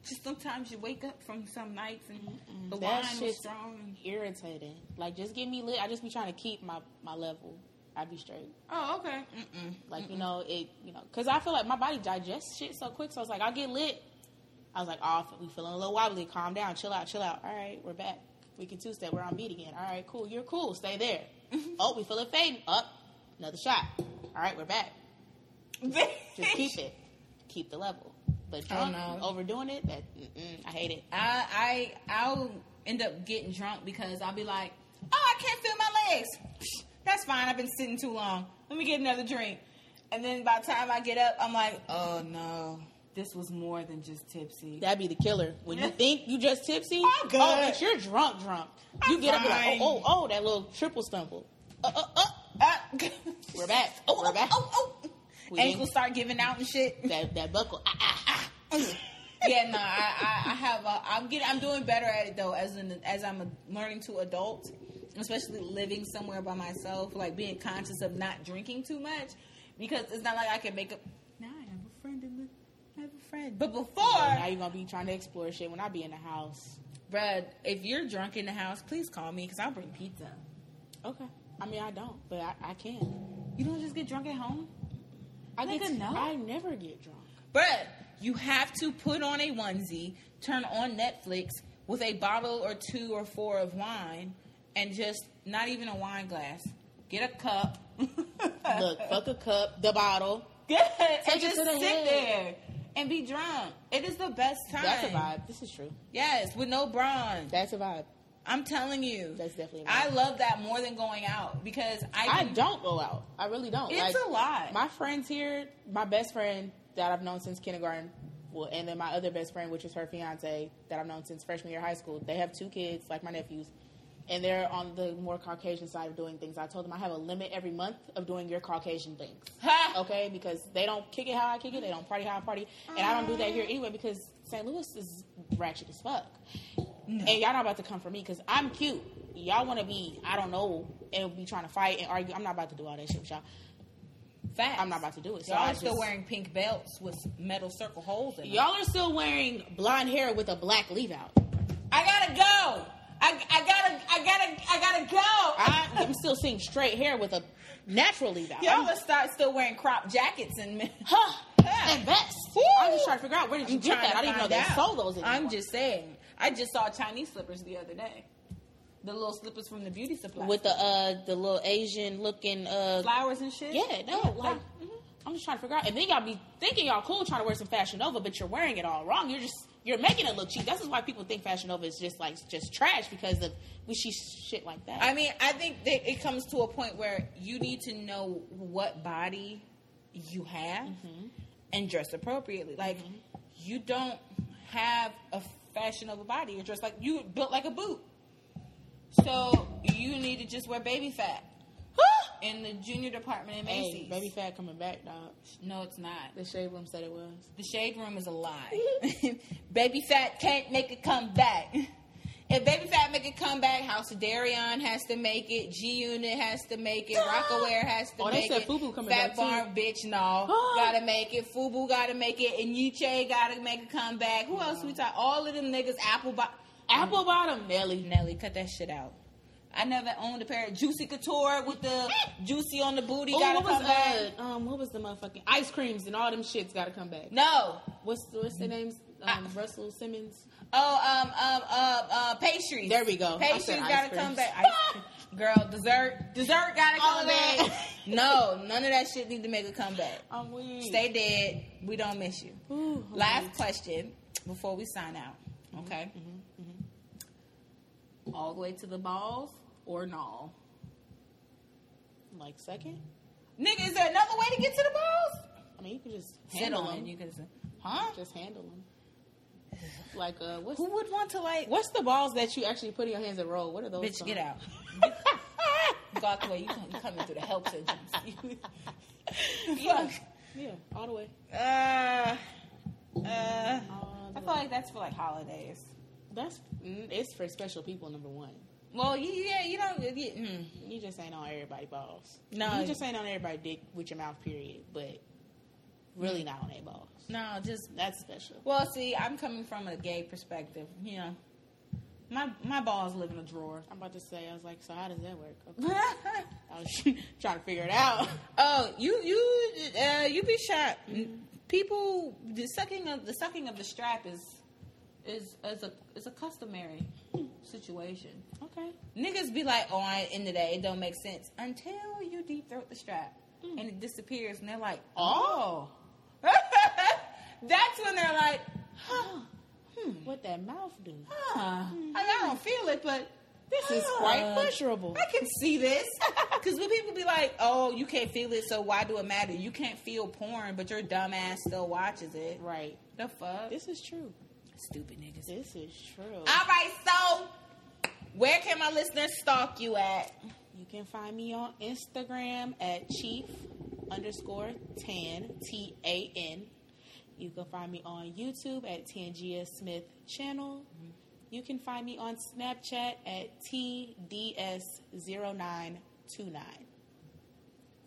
Speaker 1: Just sometimes you wake up from some nights and the wine
Speaker 2: That
Speaker 1: was
Speaker 2: shit's-
Speaker 1: strong.
Speaker 2: irritating. Like, just get me lit. I just be trying to keep my my level. I be straight.
Speaker 1: Oh, okay. Mm-mm.
Speaker 2: Like, you know, it. You know, cause I feel like my body digests shit so quick. So it's like I get lit. I was like, oh, we feeling a little wobbly. Calm down. Chill out. Chill out. All right, we're back. We can two step. We're on beat again. All right, cool. You're cool. Stay there. oh, we feel it fading. Up. Another shot. All right, we're back. Just keep it. Keep the level. But
Speaker 1: Oh,
Speaker 2: drunk,
Speaker 1: no.
Speaker 2: overdoing it, that mm-mm, I hate it.
Speaker 1: I I I'll end up getting drunk because I'll be like, oh, I can't feel my legs. That's fine. I've been sitting too long. Let me get another drink. And then by the time I get up, I'm like, oh no, this was more than just tipsy.
Speaker 2: That'd be the killer. When you think you just tipsy,
Speaker 1: I'm good.
Speaker 2: oh, but you're drunk, drunk. You
Speaker 1: I'm
Speaker 2: get up and
Speaker 1: fine.
Speaker 2: like, oh, oh, oh, that little triple stumble. Uh, uh, uh,
Speaker 1: Ah.
Speaker 2: we're back.
Speaker 1: oh,
Speaker 2: we're
Speaker 1: oh,
Speaker 2: back.
Speaker 1: oh, oh.
Speaker 2: We ain't-
Speaker 1: Ankles start giving out and shit.
Speaker 2: That that buckle. Ah, ah, ah.
Speaker 1: yeah, no, I, I, I have. A, I'm getting. I'm doing better at it though, as an as I'm learning to adult, especially living somewhere by myself, like being conscious of not drinking too much, because it's not like I can make up. Now I have a friend in the. I have a friend, but
Speaker 2: Now
Speaker 1: before,
Speaker 2: you're gonna be trying to explore shit when I be in the house.
Speaker 1: bruh, if you're drunk in the house, please call me because I'll bring pizza.
Speaker 2: Okay. I mean, I don't, but I, I can.
Speaker 1: You don't just get drunk at home,
Speaker 2: I get.
Speaker 1: Nigga, no.
Speaker 2: I never get drunk.
Speaker 1: bruh. You have to put on a onesie, turn on Netflix with a bottle or two or four of wine, and just not even a wine glass. Get a cup.
Speaker 2: Look, fuck a cup, the bottle.
Speaker 1: Good. and
Speaker 2: it
Speaker 1: just
Speaker 2: to the
Speaker 1: sit
Speaker 2: head.
Speaker 1: there and be drunk. It is the best time.
Speaker 2: That's a vibe. This is true.
Speaker 1: Yes, with no bronze.
Speaker 2: That's a vibe.
Speaker 1: I'm telling you.
Speaker 2: That's definitely a vibe.
Speaker 1: I love that more than going out because I.
Speaker 2: I
Speaker 1: can-
Speaker 2: don't go out. I really don't.
Speaker 1: It's a lot.
Speaker 2: My friends here, my best friend that I've known since kindergarten, well, and then my other best friend, which is her fiance that I've known since freshman year of high school. They have two kids, like my nephews, and they're on the more Caucasian side of doing things. I told them I have a limit every month of doing your Caucasian things.
Speaker 1: Ha!
Speaker 2: Okay, because they don't kick it how I kick it, they don't party how I party, and I don't do that here anyway because St. Louis is ratchet as fuck. And y'all not about to come for me because I'm cute. Y'all want to be, I don't know, and be trying to fight and argue. I'm not about to do all that shit with y'all.
Speaker 1: Facts.
Speaker 2: I'm not about to do it. So
Speaker 1: Y'all
Speaker 2: I
Speaker 1: are still
Speaker 2: just-
Speaker 1: wearing pink belts with metal circle holes in them.
Speaker 2: Y'all are still wearing blonde hair with a black leave out.
Speaker 1: I gotta go. I, I gotta. I gotta. I gotta go.
Speaker 2: I am still seeing straight hair with a natural leave out.
Speaker 1: Y'all
Speaker 2: I'm-
Speaker 1: must start still wearing crop jackets and.
Speaker 2: huh,
Speaker 1: Yeah.
Speaker 2: and best.
Speaker 1: Woo!
Speaker 2: I'm just trying to figure out where did you
Speaker 1: I'm
Speaker 2: get
Speaker 1: trying
Speaker 2: that?
Speaker 1: to
Speaker 2: I didn't know
Speaker 1: find
Speaker 2: they
Speaker 1: out.
Speaker 2: sold those anymore.
Speaker 1: I'm just saying. I just saw Chinese slippers the other day. The little slippers from the beauty supply.
Speaker 2: with the uh the little Asian looking uh
Speaker 1: flowers and shit.
Speaker 2: yeah no like mm-hmm.
Speaker 1: mhm.
Speaker 2: I'm just trying to figure out and then y'all be thinking y'all cool trying to wear some Fashion Nova but you're wearing it all wrong you're just you're making it look cheap this is why people think Fashion Nova is just like just trash because of wishy shit like that
Speaker 1: I mean, I think that it comes to a point where you need to know what body you have
Speaker 2: Mm-hmm.
Speaker 1: and dress appropriately. Like, you don't have a fashionable body. You're dressed like you built like a boot. So you need to just wear baby fat in the junior department in Macy's.
Speaker 2: hey baby fat coming back dog
Speaker 1: No, it's not.
Speaker 2: the shade room said it was
Speaker 1: The shade room is a lie. baby fat can't make it come back. If baby fat make it come back, House of Darion has to make it. G Unit has to make it. Rockaware has to
Speaker 2: Oh, they
Speaker 1: make
Speaker 2: said
Speaker 1: it.
Speaker 2: Fubu coming
Speaker 1: Fat
Speaker 2: back,
Speaker 1: Farm, bitch, no, gotta make it. Fubu gotta make it, and Yuche gotta make it come back. Who else we talk? All of them niggas. Apple, bo-
Speaker 2: apple bottom Nelly
Speaker 1: Nelly, cut that shit out. I never owned a pair of Juicy Couture with the juicy on the booty.
Speaker 2: Ooh,
Speaker 1: gotta
Speaker 2: Oh, what was
Speaker 1: come back.
Speaker 2: uh, um what was the motherfucking ice creams and all them shits gotta come back
Speaker 1: No.
Speaker 2: what's what's the names um, Russell Simmons
Speaker 1: Oh, um, um, uh, uh, pastries.
Speaker 2: There we go. I said
Speaker 1: Pastries
Speaker 2: ice
Speaker 1: gotta
Speaker 2: creams.
Speaker 1: come back. Ice- Girl, dessert, dessert gotta
Speaker 2: All
Speaker 1: come
Speaker 2: of
Speaker 1: back.
Speaker 2: that.
Speaker 1: no, none of that shit need to make a comeback.
Speaker 2: I'm weak
Speaker 1: Stay dead. We don't miss you.
Speaker 2: Ooh, I'm
Speaker 1: Last question before we sign out. Okay. Mm-hmm, All the way to the balls or no?
Speaker 2: like second
Speaker 1: Nigga, is there another way to get to the balls?
Speaker 2: I mean you could just
Speaker 1: Sit
Speaker 2: handle
Speaker 1: on
Speaker 2: them
Speaker 1: it. You can say, huh?
Speaker 2: just handle them. Like, uh, what's
Speaker 1: Who would want to like?
Speaker 2: what's the balls that you actually put in your hands and roll? What are those?
Speaker 1: Bitch,
Speaker 2: from?
Speaker 1: get out. Go out the way. You, come, you coming through the help sentence.
Speaker 2: yeah, yeah, all the way.
Speaker 1: Uh, uh,
Speaker 2: All the
Speaker 1: I feel
Speaker 2: way.
Speaker 1: like that's for like holidays.
Speaker 2: That's mm, it's for special people. Number one,
Speaker 1: Well, you, yeah, you don't. You, mm.
Speaker 2: you just ain't on everybody balls.
Speaker 1: No.
Speaker 2: you just ain't on everybody dick with your mouth. Period. But really not on their balls.
Speaker 1: No, just
Speaker 2: That's special.
Speaker 1: well. See, I'm coming from a gay perspective. You know, my my balls live in a drawer.
Speaker 2: I'm about to say, I was like, so how does that work? Okay. I was trying to figure it out.
Speaker 1: oh, you you uh, you be shot. People, the sucking of the sucking of the strap is is is a is a customary situation.
Speaker 2: Okay,
Speaker 1: Niggas be like, oh, I ain't into that. It don't make sense until you Mm. deep throat the strap and it disappears, and they're like, oh. That's when they're like, huh, hmm,
Speaker 2: What that mouth do?
Speaker 1: huh. I, mean, I don't feel it, but
Speaker 2: This is
Speaker 1: huh.
Speaker 2: quite pleasurable.
Speaker 1: I can see this. Because when people be like, oh, you can't feel it, so why do it matter? You can't feel porn, but your dumb ass still watches it.
Speaker 2: Right.
Speaker 1: The fuck?
Speaker 2: This is true.
Speaker 1: Stupid niggas.
Speaker 2: This is true.
Speaker 1: All right, so where can my listeners stalk you at?
Speaker 2: You can find me on Instagram at chief underscore tan t a n. You can find me on YouTube at Tangia Smith channel. You can find me on Snapchat at tds0929.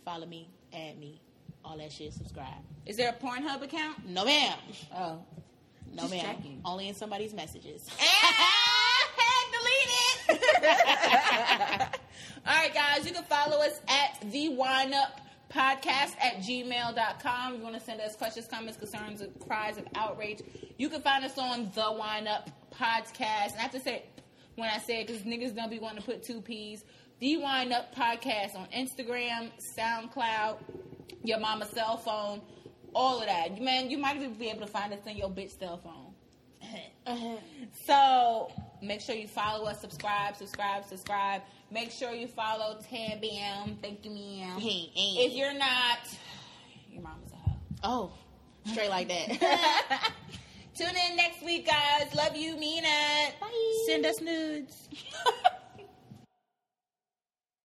Speaker 2: Follow me, add me, all that shit. Subscribe.
Speaker 1: Is there a Pornhub account?
Speaker 2: No ma'am.
Speaker 1: Oh.
Speaker 2: No
Speaker 1: Just
Speaker 2: ma'am.
Speaker 1: checking.
Speaker 2: Only in somebody's messages.
Speaker 1: delete it. All right, guys, you can follow us at the wind up podcast at gmail.com. If you want to send us questions, comments, concerns, and cries of outrage, you can find us on the wind up podcast. And I have to say when I say it because niggas don't be wanting to put two P's. The wind up podcast on Instagram, SoundCloud, your mama's cell phone, all of that. Man, you might even be able to find us on your bitch cell phone. So make sure you follow us, subscribe, subscribe, subscribe. Make sure you follow Tam Bam. Thank you, ma'am. If you're not, your mama's a hoe.
Speaker 2: oh, straight like that.
Speaker 1: Tune in next week, guys. Love you, Mina.
Speaker 2: Bye.
Speaker 1: Send us nudes.